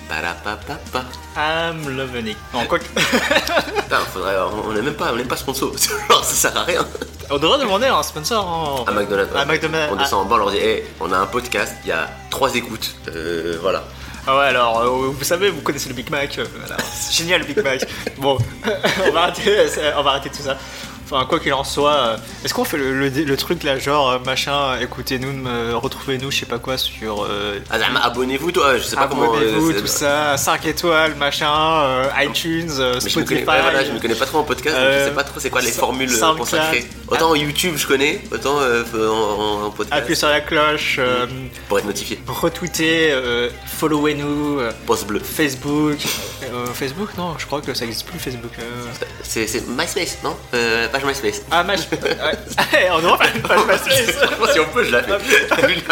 Palapapapa.
I'm loving it. Non, quoi que-
Putain, faudrait, on on n'est même pas, on n'est pas sponsor, Genre, ça sert à rien.
On devrait demander à un sponsor. hein.
À McDonald's.
À McDonald's.
On descend en bas, on leur dit, Hey, on a un podcast, il y a trois écoutes. Euh, voilà.
Ah ouais, alors, euh, vous savez, vous connaissez le Big Mac. euh, voilà. C'est génial le Big Mac. Bon, on, va arrêter, ça- on va arrêter tout ça. Enfin, quoi qu'il en soit, euh, est-ce qu'on fait le, le- le truc là, genre, euh, machin, écoutez-nous, euh, retrouvez-nous, je sais pas quoi, sur. euh,
Ah, Zama, abonnez-vous, toi, je sais pas comment.
Abonnez-vous,
euh, c'est-
tout ça, 5 étoiles, machin, euh, iTunes, euh,
Mais je me,
Spotify.
connais, ouais, voilà, je me connais pas trop en podcast, donc
Euh,
je sais pas trop c'est quoi les
Sa-
formules euh,
Soundcloud.
consacrées. Autant en YouTube je connais, autant euh, en, en- en podcast.
Appuyez sur la cloche, euh,
Pour être notifié.
retweetez, euh, followez-nous, euh,
Poste bleu.
Facebook. Euh, Facebook, non, je crois que ça existe plus Facebook. euh.
C'est c'est MySpace, non euh, Page MySpace.
Ah, match. ouais. on aura pas une page MySpace. Ah,
Franchement, si on peut, je la fais.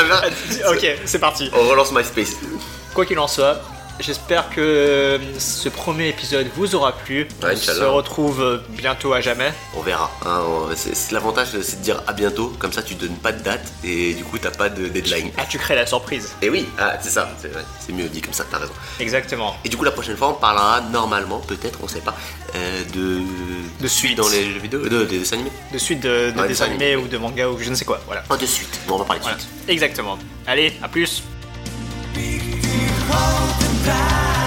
ok, c'est parti.
On relance MySpace.
Quoi qu'il en soit, j'espère que euh, ce premier épisode vous aura plu.
Ouais,
on
Inch'Allah.
se retrouve euh, bientôt à jamais.
On verra. hein, on- c'est- c'est- L'avantage, c'est de dire à bientôt. Comme ça, tu donnes pas de date et du coup, t'as pas de deadline.
Ah, tu crées la surprise.
Et oui, ah, c'est ça. C'est ouais, c'est mieux dit comme ça. T'as raison.
Exactement.
Et du coup, la prochaine fois, on parlera normalement, peut-être, on sait pas, euh, de
De suite.
dans les jeux vidéo, de, des dessins animés.
De suite de, de
Ouais,
dessins
des
animés ou de manga ou je ne sais quoi. Voilà.
Pas de suite. Bon, on va parler de
Voilà.
suite.
Exactement. Allez, à plus.
Big, deep, holding back.